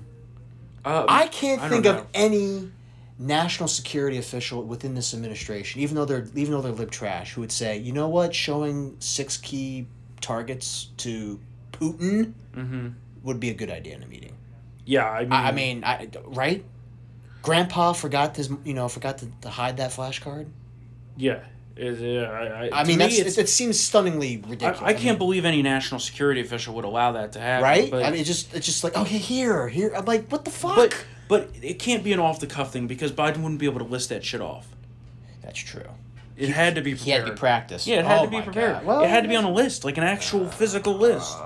A: uh,
B: I can't
A: I don't
B: think of
A: know.
B: any national security official within this administration, even though they're even though they're lib trash, who would say, you know what, showing six key targets to Putin
A: Mm-hmm.
B: would be a good idea in a meeting.
A: yeah. I mean,
B: I, I mean, I right? Grandpa forgot his, you know, forgot to, to hide that flashcard.
A: yeah. It, yeah, I, I,
B: I
A: to
B: mean,
A: me,
B: that's,
A: it's,
B: it, it seems stunningly ridiculous.
A: I, I can't
B: mean,
A: believe any national security official would allow that to happen.
B: right?
A: But,
B: I mean, it's just it's just like okay, here, here. I'm like, what the fuck?
A: but but it can't be an off the cuff thing because Biden wouldn't be able to list that shit off.
B: that's true.
A: It had to be prepared.
B: He had to be practiced.
A: Yeah, it had
B: Oh
A: to be
B: my
A: prepared.
B: God. Well,
A: it had to be on a list, like an actual physical list.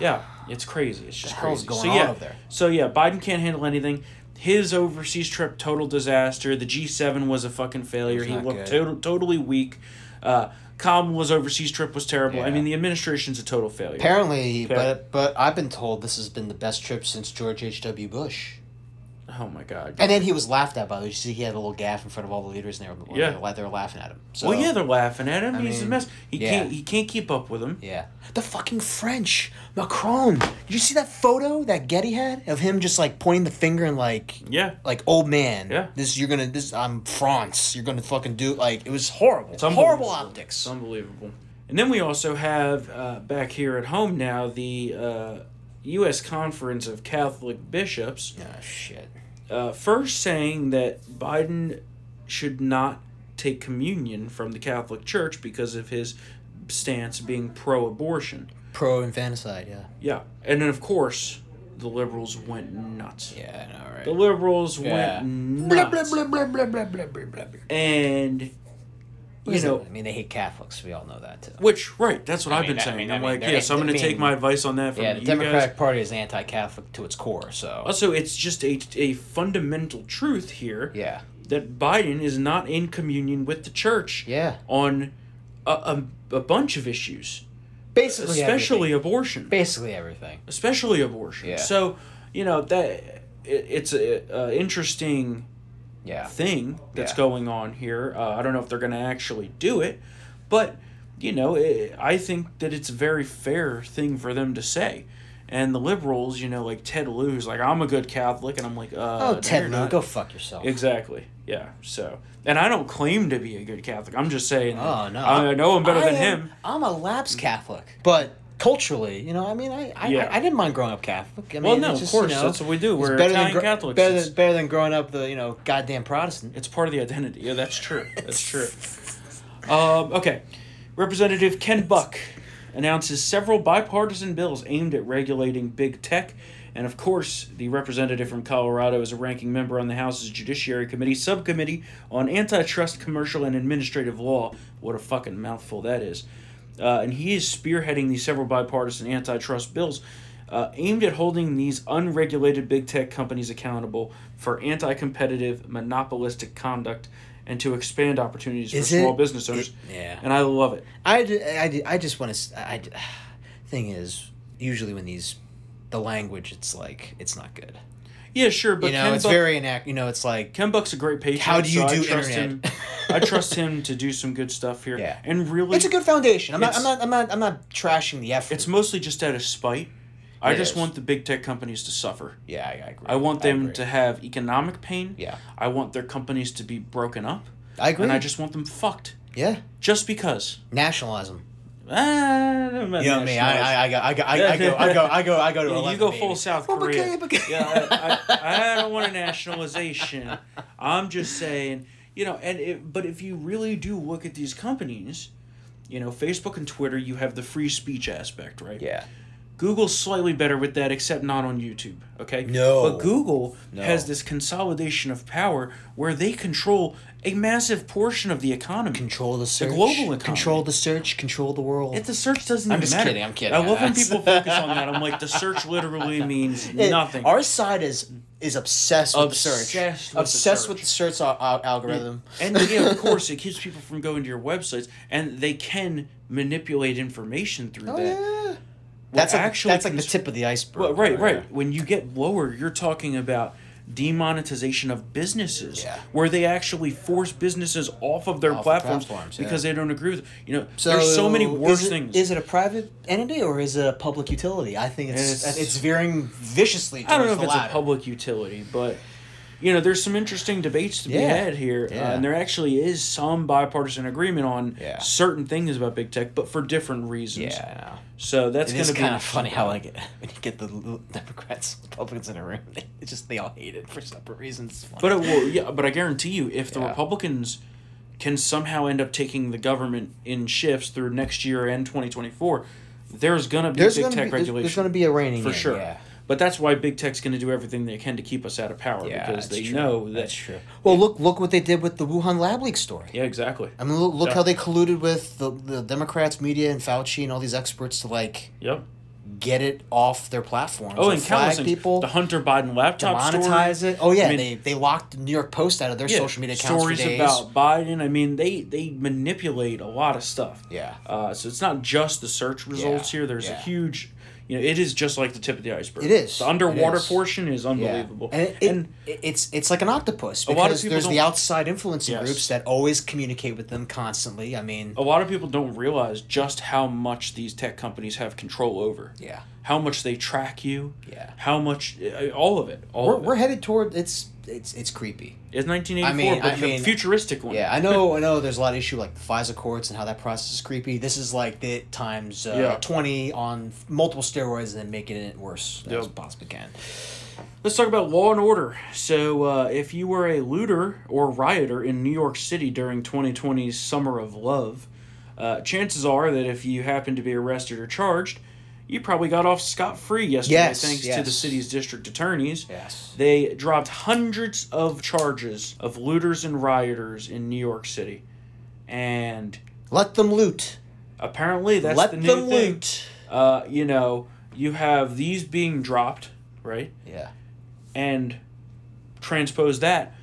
A: Yeah, it's crazy. It's just
B: hell's
A: crazy.
B: going
A: so
B: on
A: yeah,
B: over there?
A: so yeah, Biden can't handle anything. His overseas trip total disaster. The G seven was a fucking failure. He
B: not
A: looked
B: good.
A: to- totally weak. Uh, Kamala's overseas trip was terrible. I
B: Yeah.
A: mean, the administration's a total failure.
B: Apparently,
A: Okay.
B: but but I've been told this has been the best trip since George H. W. Bush.
A: oh my god.
B: And then he was laughed at by the. You see, he had a little gaff in front of all the leaders, and they were
A: Yeah.
B: they were, they were laughing at him. So,
A: well, yeah, they're laughing at him. He's a
B: mean,
A: mess. He
B: yeah.
A: can't. He can't keep up with him.
B: yeah. The fucking French Macron. Did you see that photo that Getty had of him just like pointing the finger and like
A: Yeah.
B: like old man?
A: Yeah.
B: This you're gonna this I'm France. You're gonna fucking do like it was horrible. It's
A: unbelievable.
B: horrible optics.
A: It's unbelievable. And then we also have uh, back here at home now the uh, U.S. Conference of Catholic Bishops
B: oh shit.
A: uh, first saying that Biden should not take communion from the Catholic Church because of his stance being pro abortion.
B: Pro infanticide. Yeah.
A: Yeah. And then, of course, the liberals went nuts.
B: Yeah. All right.
A: The liberals
B: Yeah.
A: went nuts.
B: Blah, blah, blah, blah, blah, blah, blah, blah, blah.
A: And, you know,
B: I mean, they hate Catholics. We all know that too.
A: which, right, that's what I have
B: mean,
A: been
B: I
A: saying.
B: mean, I
A: I'm
B: mean,
A: like,
B: they're-
A: yes, I'm
B: I
A: going to take
B: mean-
A: my advice on that from
B: Yeah, the
A: you guys.
B: Democratic Party is anti-Catholic to its core. So
A: Also, it's just a, a fundamental truth here
B: yeah,
A: that Biden is not in communion with the church
B: Yeah.
A: on a, a, a bunch of issues,
B: basically,
A: especially
B: everything.
A: abortion.
B: basically everything.
A: Especially abortion.
B: Yeah.
A: So, you know, that it, it's a, a interesting
B: Yeah,
A: thing that's
B: Yeah.
A: going on here. Uh, I don't know if they're going to actually do it, but you know, i I think that it's a very fair thing for them to say. And the liberals, you know, like Ted Lieu's, like I'm a good Catholic, and I'm like, uh,
B: oh,
A: no,
B: Ted
A: you're
B: Lieu,
A: not.
B: go fuck yourself.
A: Exactly. Yeah. So, and I don't claim to be a good Catholic. I'm just saying.
B: Oh no,
A: I know him better
B: I
A: than
B: am-
A: him.
B: I'm a lapsed Catholic, but culturally, you know, I mean, I I,
A: Yeah.
B: I, I didn't mind growing up Catholic. I mean,
A: Well, no,
B: it's
A: of
B: just,
A: course,
B: you know,
A: that's what we do.
B: it's
A: We're
B: better than
A: Italian
B: gro-
A: Catholics.
B: Better
A: It's-
B: than, better than growing up the you know goddamn Protestant.
A: It's part of the identity. Yeah, that's true. That's
B: *laughs*
A: true. um, okay. Representative Ken Buck announces several bipartisan bills aimed at regulating big tech And of course, the representative from Colorado is a ranking member on the House's Judiciary Committee Subcommittee on Antitrust, Commercial, and Administrative Law. What a fucking mouthful that is. Uh, and he is spearheading these several bipartisan antitrust bills uh, aimed at holding these unregulated big tech companies accountable for anti competitive, monopolistic conduct and to expand opportunities
B: Is
A: for small
B: it-
A: business owners.
B: it- yeah.
A: And I love it.
B: I, d- I, d- I just want to. I, *sighs* d- thing is, usually when these, the language, it's like it's not good.
A: Yeah, sure, but
B: you know,
A: Ken
B: it's
A: Buck-
B: very inac. You know, it's like
A: Ken Buck's a great patron.
B: How do you
A: so I
B: do
A: trust
B: internet? *laughs*
A: Him, I trust him to do some good stuff here.
B: Yeah.
A: And really,
B: it's a good foundation. I'm not. I'm
A: It's-
B: not. I'm not. I'm not trashing the effort.
A: It's mostly just out of spite. I
B: It
A: just
B: is.
A: want the big tech companies to suffer.
B: yeah, I, I agree.
A: I want them
B: agree.
A: to have economic pain.
B: Yeah.
A: I want their companies to be broken up.
B: I agree.
A: And I just want them fucked.
B: yeah,
A: Just because.
B: nationalism.
A: Ah,
B: You know me. I, I, I, go, I, go, I, I go. I go. I go. I go to.
A: Yeah, you
B: 11,
A: go
B: baby.
A: full South
B: Well, but
A: Korea.
B: can- but can-
A: yeah, I,
B: *laughs*
A: I, I don't want a nationalization. I'm just saying, you know, and it, but if you really do look at these companies, you know, Facebook and Twitter, you have the free speech aspect, right?
B: Yeah.
A: Google's slightly better with that, except not on YouTube. Okay.
B: No.
A: But Google
B: No.
A: has this consolidation of power where they control a massive portion of the economy.
B: Control the search.
A: global economy.
B: Control the search. Control the world.
A: If the search doesn't
B: I'm
A: even
B: just
A: matter.
B: kidding, I'm kidding.
A: I love
B: *laughs*
A: when
B: That's-
A: people focus on that. I'm like, the search literally means
B: It-
A: nothing.
B: Our side is is obsessed with the
A: Obsessed
B: search.
A: with the
B: obsessed
A: search.
B: with the search al- al- algorithm.
A: and yeah, of course, it keeps people from going to your websites, and they can manipulate information through
B: Oh,
A: that.
B: yeah. That's like,
A: actually
B: that's like the
A: cons-
B: tip Oh, of the iceberg.
A: Well, right, right. When you get lower, you're talking about demonetization of businesses
B: Yeah.
A: where they actually force businesses off of their
B: Off the
A: platforms,
B: platforms, yeah.
A: because they don't agree with you know there's so many
B: is
A: worse
B: it-
A: things
B: Is it a private entity or is it a public utility? I think it's
A: It's-
B: it's, veering viciously. Towards
A: I don't know if
B: the
A: it's
B: latter.
A: a public utility, but you know, there's some interesting debates to be
B: Yeah.
A: had here, uh,
B: Yeah.
A: and there actually is some bipartisan agreement on
B: Yeah.
A: certain things about big tech, but for different reasons.
B: Yeah, I know.
A: So that's
B: It
A: going
B: is
A: to be
B: kind of funny how like *laughs* when you get the l- Democrats, Republicans in a room, *laughs* they it's just they all hate it for separate reasons. It's funny.
A: But uh, it will, yeah. But I guarantee you, if the
B: Yeah.
A: Republicans can somehow end up taking the government in shifts through next year and 2024, there's going to be big
B: gonna
A: tech
B: be,
A: regulation.
B: There's going to be a reigning
A: for
B: in,
A: sure.
B: Yeah.
A: But that's why big tech's going to do everything they can to keep us out of power
B: Yeah,
A: because
B: that's
A: they
B: true.
A: know that.
B: that's true. Well, look look what they did with the Wuhan lab leak story.
A: Yeah, exactly.
B: I mean, look, look
A: Yeah.
B: how they colluded with the, the Democrats, media, and Fauci, and all these experts to like
A: Yep.
B: get it off their platforms.
A: Oh,
B: and
A: and countless
B: flag
A: things.
B: people,
A: the Hunter Biden laptop
B: monetize
A: story.
B: it. Oh yeah,
A: I mean,
B: they they locked the New York Post out of their
A: yeah,
B: social media accounts
A: stories
B: for days.
A: about Biden. I mean, they they manipulate a lot of stuff.
B: Yeah.
A: Uh, so it's not just the search results
B: Yeah,
A: here. There's a
B: yeah.
A: huge, you know, it is just like the tip of the iceberg.
B: It is,
A: The underwater
B: it is.
A: portion is
B: Yeah.
A: unbelievable.
B: and, it, it- it's it's like an octopus
A: lot of
B: because
A: people
B: there's the
A: don't-
B: outside influencing
A: Yes.
B: groups that always communicate with them constantly. I mean,
A: a lot of people don't realize just how much these tech companies have control over.
B: yeah,
A: How much they track you.
B: Yeah.
A: How much, uh, all of it. All
B: we're,
A: of it.
B: we're headed toward it's it's it's creepy.
A: It's 1984,
B: I mean-
A: but
B: I
A: the
B: mean-
A: futuristic one.
B: Yeah, I know. I know. There's a lot of issue like the FISA courts and how that process is creepy. This is like the times uh,
A: Yeah.
B: twenty on multiple steroids and then making it worse as
A: Yep.
B: possibly can.
A: Let's talk about law and order. So, uh, if you were a looter or rioter in New York City during 2020's Summer of Love, uh, chances are that if you happened to be arrested or charged, you probably got off scot free yesterday
B: Yes,
A: thanks to
B: yes.
A: the city's district attorneys.
B: Yes.
A: They dropped hundreds of charges of looters and rioters in New York City. And
B: Let them loot.
A: apparently that's
B: Let
A: the new
B: them
A: thing.
B: loot.
A: Uh, you know, you have these being dropped, right?
B: Yeah.
A: and transpose that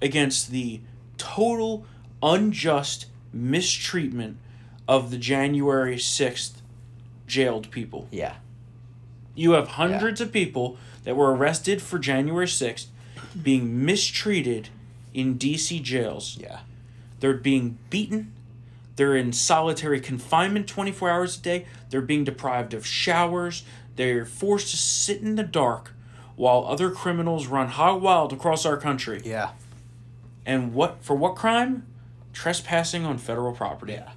A: against the total unjust mistreatment of the January 6th jailed people.
B: Yeah.
A: You have hundreds of people that were arrested for January 6th being mistreated in DC jails.
B: Yeah.
A: They're being beaten. They're in solitary confinement 24 hours a day. They're being deprived of showers. They're forced to sit in the dark while other criminals run hog wild across our country.
B: Yeah.
A: And what for what crime? Trespassing on federal property.
B: Yeah.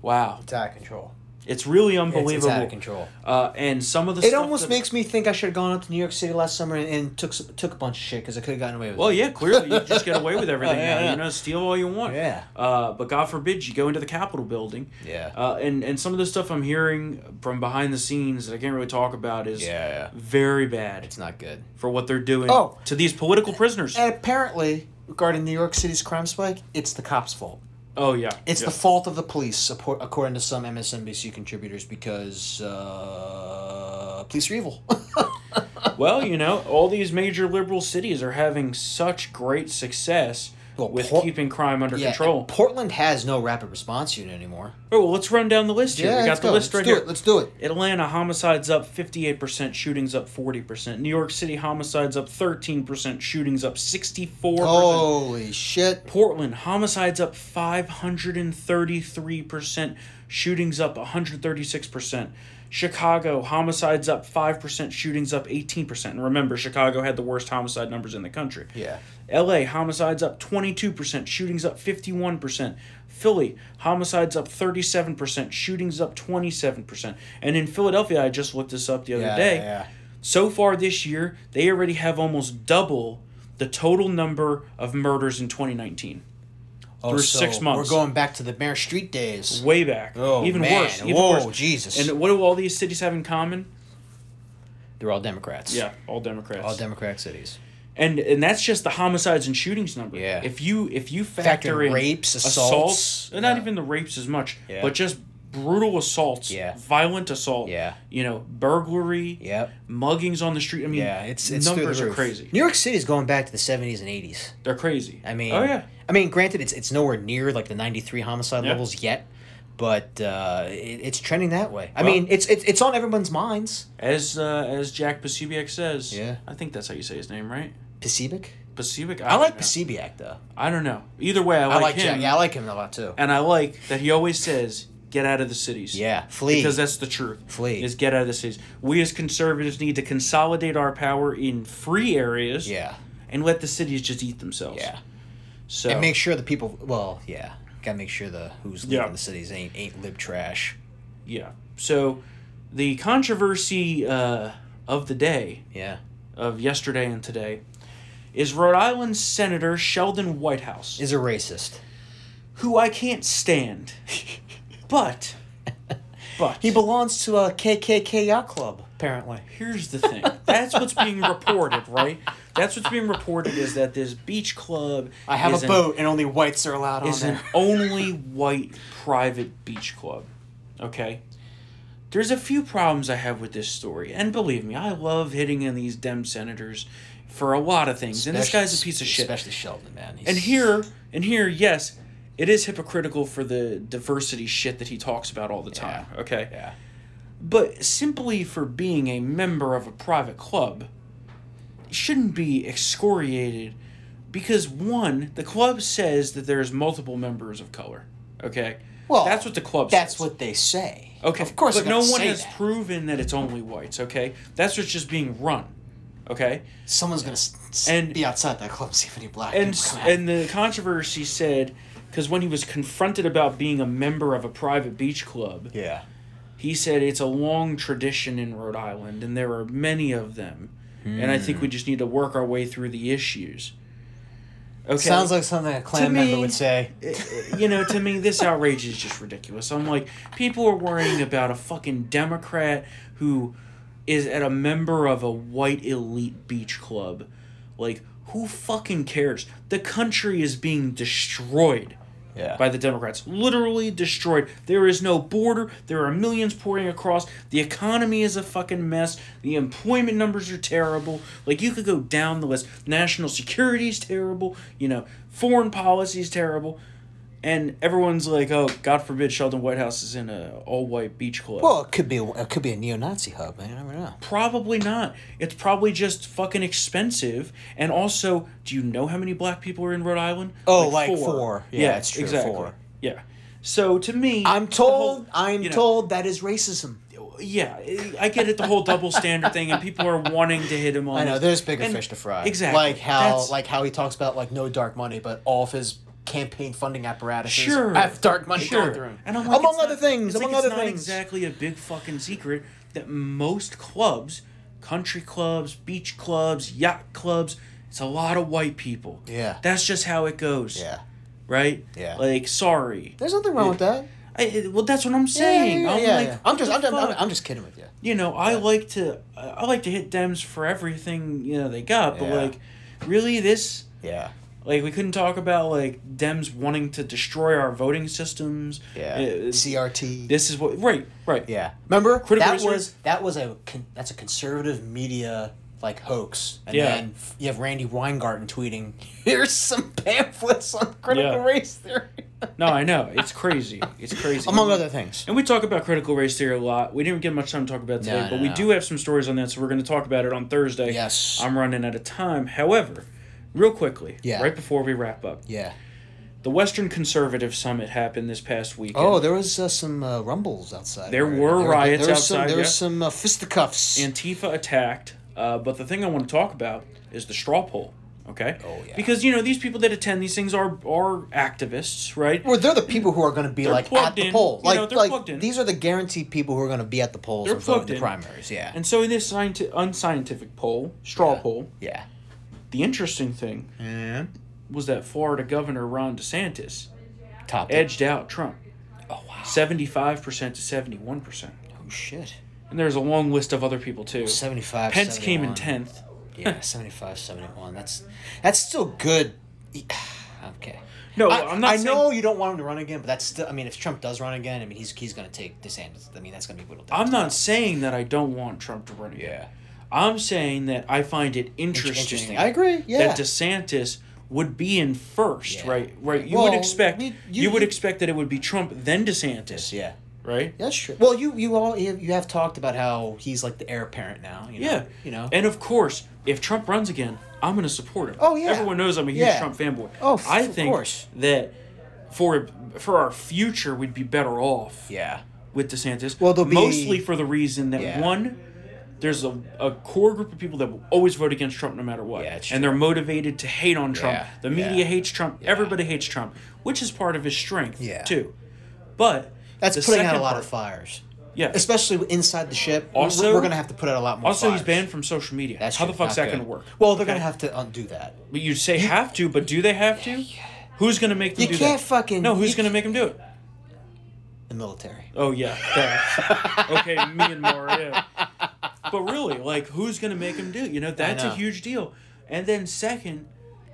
A: Wow.
B: It's out of control.
A: It's really
B: It's,
A: unbelievable.
B: it's out of control.
A: Uh, and some of the
B: It
A: stuff
B: almost
A: that-
B: makes me think I should have gone up to New York City last summer and, and took some, took a bunch of shit because I could have gotten away with
A: Well,
B: it.
A: yeah, clearly you just get
B: *laughs*
A: away with everything
B: Yeah,
A: now.
B: yeah.
A: You know, steal all you want.
B: Yeah.
A: Uh, but God forbid you go into the Capitol building.
B: Yeah.
A: Uh, and and some of the stuff I'm hearing from behind the scenes that I can't really talk about is
B: Yeah, yeah.
A: very bad
B: It's not good.
A: for what they're doing
B: Oh.
A: to these political prisoners.
B: And apparently, regarding New York City's crime spike, it's the cops' fault.
A: Oh yeah.
B: It's
A: yeah.
B: the fault of the police, appor- according to some MSNBC contributors, because uh, police are evil.
A: Well, you know, all these major liberal cities are having such great success
B: Well,
A: with
B: Port-
A: keeping crime under
B: Yeah,
A: control.
B: and Portland has no rapid response unit anymore.
A: Oh, well, let's run down the list here. we got
B: let's
A: the
B: go.
A: list
B: let's
A: right
B: do
A: here.
B: It. Let's do it.
A: Atlanta homicides up 58%, shootings up 40%. New York City homicides up 13%, shootings up 64%.
B: Holy shit!
A: Portland homicides up 533%, shootings up 136%. Chicago homicides up 5%, shootings up 18%. And remember, Chicago had the worst homicide numbers in the country.
B: Yeah.
A: LA homicides up 22%, shootings up 51%. Philly homicides up 37%, shootings up 27%. And in Philadelphia, I just looked this up the other
B: Yeah,
A: day.
B: yeah.
A: So far this year, they already have almost double the total number of murders in 2019.
B: Oh,
A: Through six months.
B: We're going back to the Bear Street days.
A: Way back.
B: Oh,
A: even
B: man.
A: worse. Even
B: Whoa,
A: worse.
B: Jesus.
A: And what do all these cities have in common?
B: They're all Democrats.
A: Yeah, all Democrats.
B: All Democrat cities.
A: and and that's just the homicides and shootings number.
B: Yeah.
A: If you if you
B: Factor
A: factor,
B: in
A: in
B: rapes, assaults.
A: and not
B: Yeah.
A: even the rapes as much,
B: Yeah.
A: but just brutal assaults,
B: Yeah.
A: violent assault,
B: Yeah.
A: you know, burglary,
B: Yep.
A: muggings on the street. I mean,
B: Yeah, it's it's through the
A: numbers are
B: roof.
A: crazy.
B: New York City's going back to the seventies and eighties.
A: They're crazy.
B: I mean,
A: oh yeah,
B: I mean, granted, it's it's nowhere near like the ninety three homicide
A: Yeah.
B: levels yet, but uh, it, it's trending that way. I mean, it's it's it's on everyone's minds.
A: as uh, as Jack Posebiec says.
B: Yeah.
A: I think that's how you say his name, right?
B: Pacific.
A: Posebiec.
B: I like
A: Posebiec.
B: Pacific though.
A: I don't know. Either way, I
B: I
A: like,
B: like
A: him.
B: Jack. Yeah, I like him a lot too.
A: and I like that he always says, "Get out of the cities."
B: Yeah, flee.
A: because that's the truth.
B: Flee.
A: is get out of the cities. We as conservatives need to consolidate our power in free areas.
B: Yeah,
A: and let the cities just eat themselves.
B: yeah.
A: so
B: And make sure the people. Well, yeah, gotta make sure the who's leaving
A: Yeah.
B: the cities ain't ain't lib trash.
A: yeah, so the controversy uh, of the day
B: Yeah.
A: of yesterday and today is Rhode Island Senator Sheldon Whitehouse,
B: Is a racist.
A: who I can't stand, but. But
B: He belongs to a KKK yacht club, apparently.
A: here's the thing. That's what's being reported, right? That's what's being reported is that this beach club.
B: I have
A: is
B: a
A: an-
B: boat, and only whites are allowed on
A: Is an
B: there. *laughs*
A: only white private beach club. Okay. There's a few problems I have with this story, and believe me, I love hitting in these Dem senators for a lot of things, *laughs* and this guy's a piece of shit.
B: Especially Sheldon, man. He's-
A: And here, and here, yes, it is hypocritical for the diversity shit that he talks about all the time. Okay.
B: Yeah.
A: But simply for being a member of a private club shouldn't be excoriated because one, the club says that there's multiple members of color. Okay?
B: Well,
A: that's what the club
B: That's
A: says.
B: what they say.
A: Okay.
B: Of course,
A: but no one has
B: has. That.
A: proven that it's only whites, okay? That's what's just being run. Okay?
B: Someone's gonna s-
A: And-
B: and, be outside that club and see if any black
A: and
B: people come out.
A: and the controversy said because when he was confronted about being a member of a private beach club,
B: yeah.
A: he said it's a long tradition in Rhode Island, and there are many of them, and I
B: Hmm.
A: think we just need to work our way through the issues. Okay,
B: Sounds like something a
A: To
B: Klan member
A: me-
B: would say.
A: you know to me this outrage is just ridiculous. I'm like, people are worrying about a fucking Democrat who is at a member of a white elite beach club, like. Who fucking cares? The country is being destroyed
B: Yeah.
A: by the Democrats. Literally destroyed. There is no border. There are millions pouring across. The economy is a fucking mess. The employment numbers are terrible. Like you could go down the list. National security is terrible. You know, foreign policy is terrible. And everyone's like, "Oh, God forbid Sheldon Whitehouse is in a all-white beach club."
B: well, it could be a, it could be a neo-Nazi hub, man. You never know.
A: probably not. It's probably just fucking expensive. And also, do you know how many black people are in Rhode Island?
B: Oh, like four. Yeah, it's true, four.
A: Yeah. So to me,
B: I'm
A: the whole-
B: told. I'm
A: you know,
B: told that is racism.
A: yeah, I get it. The whole double standard thing, and people are wanting to hit him on.
B: *laughs* I know
A: this.
B: there's bigger
A: And-
B: fish to fry.
A: Exactly.
B: Like how
A: That's-
B: like how he talks about like no dark money, but all of his campaign funding apparatuses.
A: Sure.
B: I have dark money
A: sure.
B: going through 'em.
A: And I'm like,
B: among
A: it's
B: other
A: not-
B: things,
A: it's like
B: among
A: it's
B: other
A: not
B: things.
A: exactly a big fucking secret that most clubs, country clubs, beach clubs, yacht clubs, it's a lot of white people.
B: Yeah.
A: That's just how it goes.
B: Yeah.
A: Right?
B: Yeah.
A: Like, sorry.
B: There's nothing wrong with that.
A: I, I- well, that's what I'm
B: Yeah, yeah,
A: saying.
B: yeah,
A: I'm
B: yeah,
A: like,
B: yeah. I'm just,
A: what
B: I'm,
A: the
B: I'm, I'm,
A: fuck?
B: I'm just kidding with you.
A: you know, I like to, I like to hit Dems for everything you know they got, but
B: Yeah.
A: like, really, this
B: Yeah.
A: like we couldn't talk about like Dems wanting to destroy our voting systems.
B: Yeah.
A: Uh,
B: CRT.
A: this is what right, right.
B: Yeah. Remember
A: Critical
B: that
A: research?
B: was that was a con- that's a conservative media like hoax, and
A: Yeah.
B: then you have Randy Weingarten tweeting, *laughs* "Here's some pamphlets on critical
A: Yeah.
B: race theory,"
A: No, I know it's crazy. It's crazy.
B: among other things.
A: And we talk about critical race theory a lot. We didn't get much time to talk about it today,
B: No,
A: but
B: no,
A: we
B: no.
A: do have some stories on that, so we're going to talk about it on Thursday.
B: Yes.
A: I'm running out of time. However, real quickly,
B: Yeah.
A: right before we wrap up,
B: Yeah.
A: the Western Conservative Summit happened this past weekend.
B: Oh, there was uh, some uh, rumbles outside.
A: There were riots
B: there was Some,
A: outside,
B: there was
A: yeah.
B: some uh, fisticuffs.
A: Antifa attacked. Uh, but the thing I want to talk about is the straw poll. Okay.
B: Oh, yeah.
A: Because you know these people that attend these things are are activists, right?
B: well, they're the people who are going to be like at
A: plugged
B: the
A: in.
B: poll.
A: You
B: Like,
A: know, they're
B: like,
A: plugged in.
B: these are the guaranteed people who are going to be at the polls
A: They're
B: and vote in
A: plugged
B: the
A: in.
B: primaries. Yeah.
A: And so in this scienti- unscientific poll, straw poll,
B: yeah.
A: the interesting thing was that Florida Governor Ron DeSantis
B: Top
A: edged out Trump. Oh wow. Seventy five percent to seventy one percent.
B: Oh shit.
A: And there's a long list of other people too.
B: 75
A: Pence came in
B: 71.
A: tenth. *laughs*
B: Yeah, 75, 71. That's that's still good. *sighs* Okay.
A: No,
B: I,
A: I'm not
B: I
A: saying-
B: know you don't want him to run again, but that's still. I mean, if Trump does run again, I mean, he's he's going to take DeSantis. I mean, that's going to be whittled down.
A: I'm
B: to
A: not
B: that.
A: saying that I don't want Trump to run again. I'm saying that I find it interesting.
B: Interesting. I agree, yeah.
A: That DeSantis would be in first,
B: Yeah.
A: right? Right. You
B: Well,
A: would expect
B: we- you-
A: you, would
B: you-
A: expect that it would be Trump then DeSantis,
B: Yeah.
A: right?
B: That's true. Well, you you all you you have talked about how he's like the heir apparent now. You know,
A: Yeah.
B: You know.
A: And of course, if Trump runs again, I'm going to support him.
B: Oh, yeah.
A: Everyone knows I'm a huge
B: Yeah.
A: Trump fanboy.
B: Oh, f-
A: I
B: of
A: think
B: course.
A: that for for our future we'd be better off
B: yeah.
A: with DeSantis.
B: Well, there'll be-
A: mostly for the reason that
B: Yeah.
A: one, there's a, a core group of people that will always vote against Trump no matter what,
B: Yeah, it's
A: and they're motivated to hate on Trump.
B: Yeah,
A: The media
B: yeah.
A: hates Trump. Everybody hates Trump, which is part of his strength
B: Yeah.
A: too. But
B: That's
A: the
B: putting out a
A: second
B: lot
A: part-
B: of fires,
A: yeah.
B: especially inside the ship. We're-
A: Also-
B: we're, going to have to put out a lot more.
A: Also, he's
B: fires.
A: banned from social media.
B: That's
A: How
B: true.
A: the fuck's
B: Not
A: that
B: good.
A: going to work?
B: Well, they're
A: Okay?
B: going to have to undo that.
A: But you say have to, but do they have to? Who's going to make them
B: You
A: do
B: can't
A: that?
B: fucking-
A: No, who's
B: you
A: going to make them do it?
B: The military.
A: Oh yeah.
B: *laughs*
A: that- okay, me and more. Yeah. But really, like, who's gonna make him do? it? You know, that's
B: know.
A: a huge deal. And then second,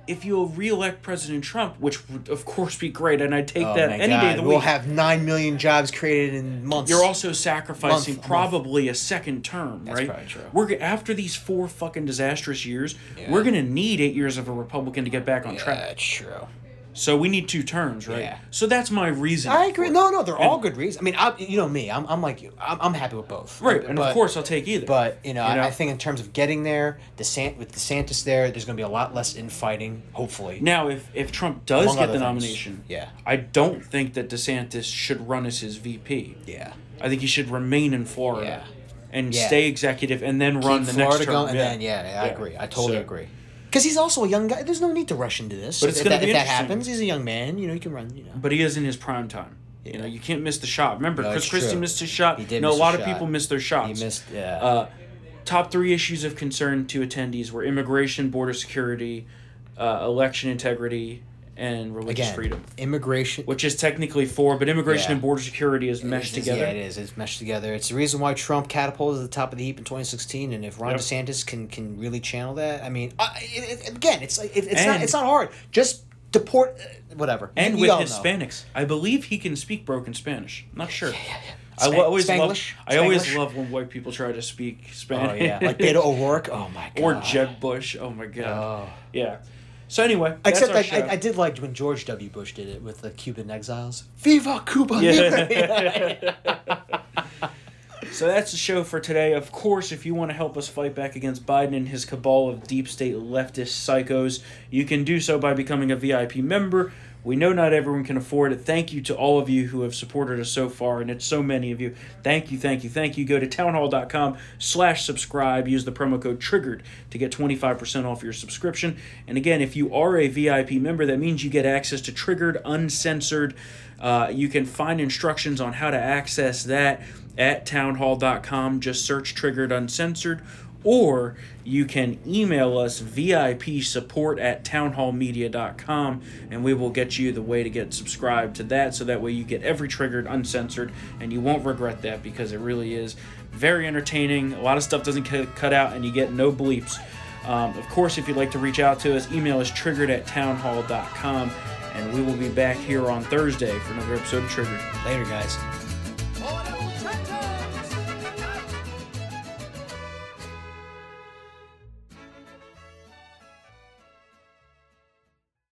A: if you'll reelect President Trump, which would of course be great, and I take
B: Oh
A: that
B: my
A: any day of the
B: we'll
A: week.
B: have nine million jobs created in months.
A: you're also sacrificing
B: Month, month.
A: probably a second term, right?
B: probably true.
A: We're g- after these four fucking disastrous years, we're gonna need eight years of a Republican to get back on track.
B: that's true.
A: So we need two terms, right?
B: Yeah.
A: So that's my reason.
B: I agree. No, no, they're all good reasons. I mean, I, you know me. I'm, I'm like you. I'm, I'm happy with both.
A: Right, and
B: But-
A: of course I'll take either.
B: But you know,
A: You know?
B: I, I think in terms of getting there, DeSant with DeSantis there, there's going to be a lot less infighting. Hopefully,
A: Now, if, if Trump does
B: Among
A: get
B: other
A: the
B: things.
A: nomination,
B: Yeah.
A: I don't think that DeSantis should run as his VP.
B: yeah.
A: I think he should remain in Florida
B: Yeah.
A: and
B: Yeah.
A: stay executive and then run
B: Keep
A: the
B: Florida
A: next term.
B: going, and then yeah, yeah, I agree. I totally
A: So-
B: agree. Because he's also a young guy. There's no need to rush into this.
A: But it's
B: if
A: gonna
B: that,
A: be
B: if that
A: interesting.
B: happens, he's a young man. You know, he can run. You know.
A: But he is in his prime time. You know, you can't miss the shot. Remember,
B: No,
A: Chris
B: it's
A: Christie
B: true.
A: missed his shot.
B: He did
A: no, a
B: miss his
A: lot of
B: shot.
A: people missed their shots.
B: He missed. Yeah.
A: Uh, top three issues of concern to attendees were immigration, border security, uh, election integrity, and religious
B: Again,
A: freedom.
B: immigration.
A: Which is technically four, but immigration
B: Yeah.
A: and border security is
B: It's
A: meshed
B: just-
A: together.
B: Yeah, it is. It's meshed together. It's the reason why Trump catapulted to the top of the heap in 2016, and if Ron
A: Yep.
B: DeSantis can can really channel that, I mean, I, it, it, again, it's like it, it's not
A: And-
B: it's not hard. Just deport uh, whatever.
A: and
B: You-
A: with
B: you all know.
A: Hispanics. I believe he can speak broken Spanish. I'm not sure. I
B: Span-
A: lo- always love.
B: Spanglish?
A: I always
B: Spanglish?
A: love when white people try to speak
B: Oh
A: Spanish. *laughs*
B: yeah, like Beto O'Rourke. Oh my god.
A: or Jeb Bush. Oh my god. Yeah. So anyway, that's
B: Except
A: our
B: I,
A: show.
B: I, I did like when George W. Bush did it with the Cuban exiles. Viva Cuba Libre!
A: So that's the show for today. Of course, if you want to help us fight back against Biden and his cabal of deep state leftist psychos, you can do so by becoming a VIP member. We know not everyone can afford it. Thank you to all of you who have supported us so far, and it's so many of you. Thank you, thank you, thank you. Go to townhall.com slash subscribe. Use the promo code TRIGGERED to get 25% off your subscription. And again, if you are a VIP member, that means you get access to Triggered Uncensored. Uh, you can find instructions on how to access that at townhall.com. Just search Triggered Uncensored or you can email us VIP support at townhallmedia.com and we will get you the way to get subscribed to that so that way you get every triggered uncensored and you won't regret that because it really is very entertaining. A lot of stuff doesn't get cut out and you get no bleeps. Um, of course, if you'd like to reach out to us, email us triggered at townhall.com and we will be back here on Thursday for another episode of Triggered.
B: *laughs* Later, guys.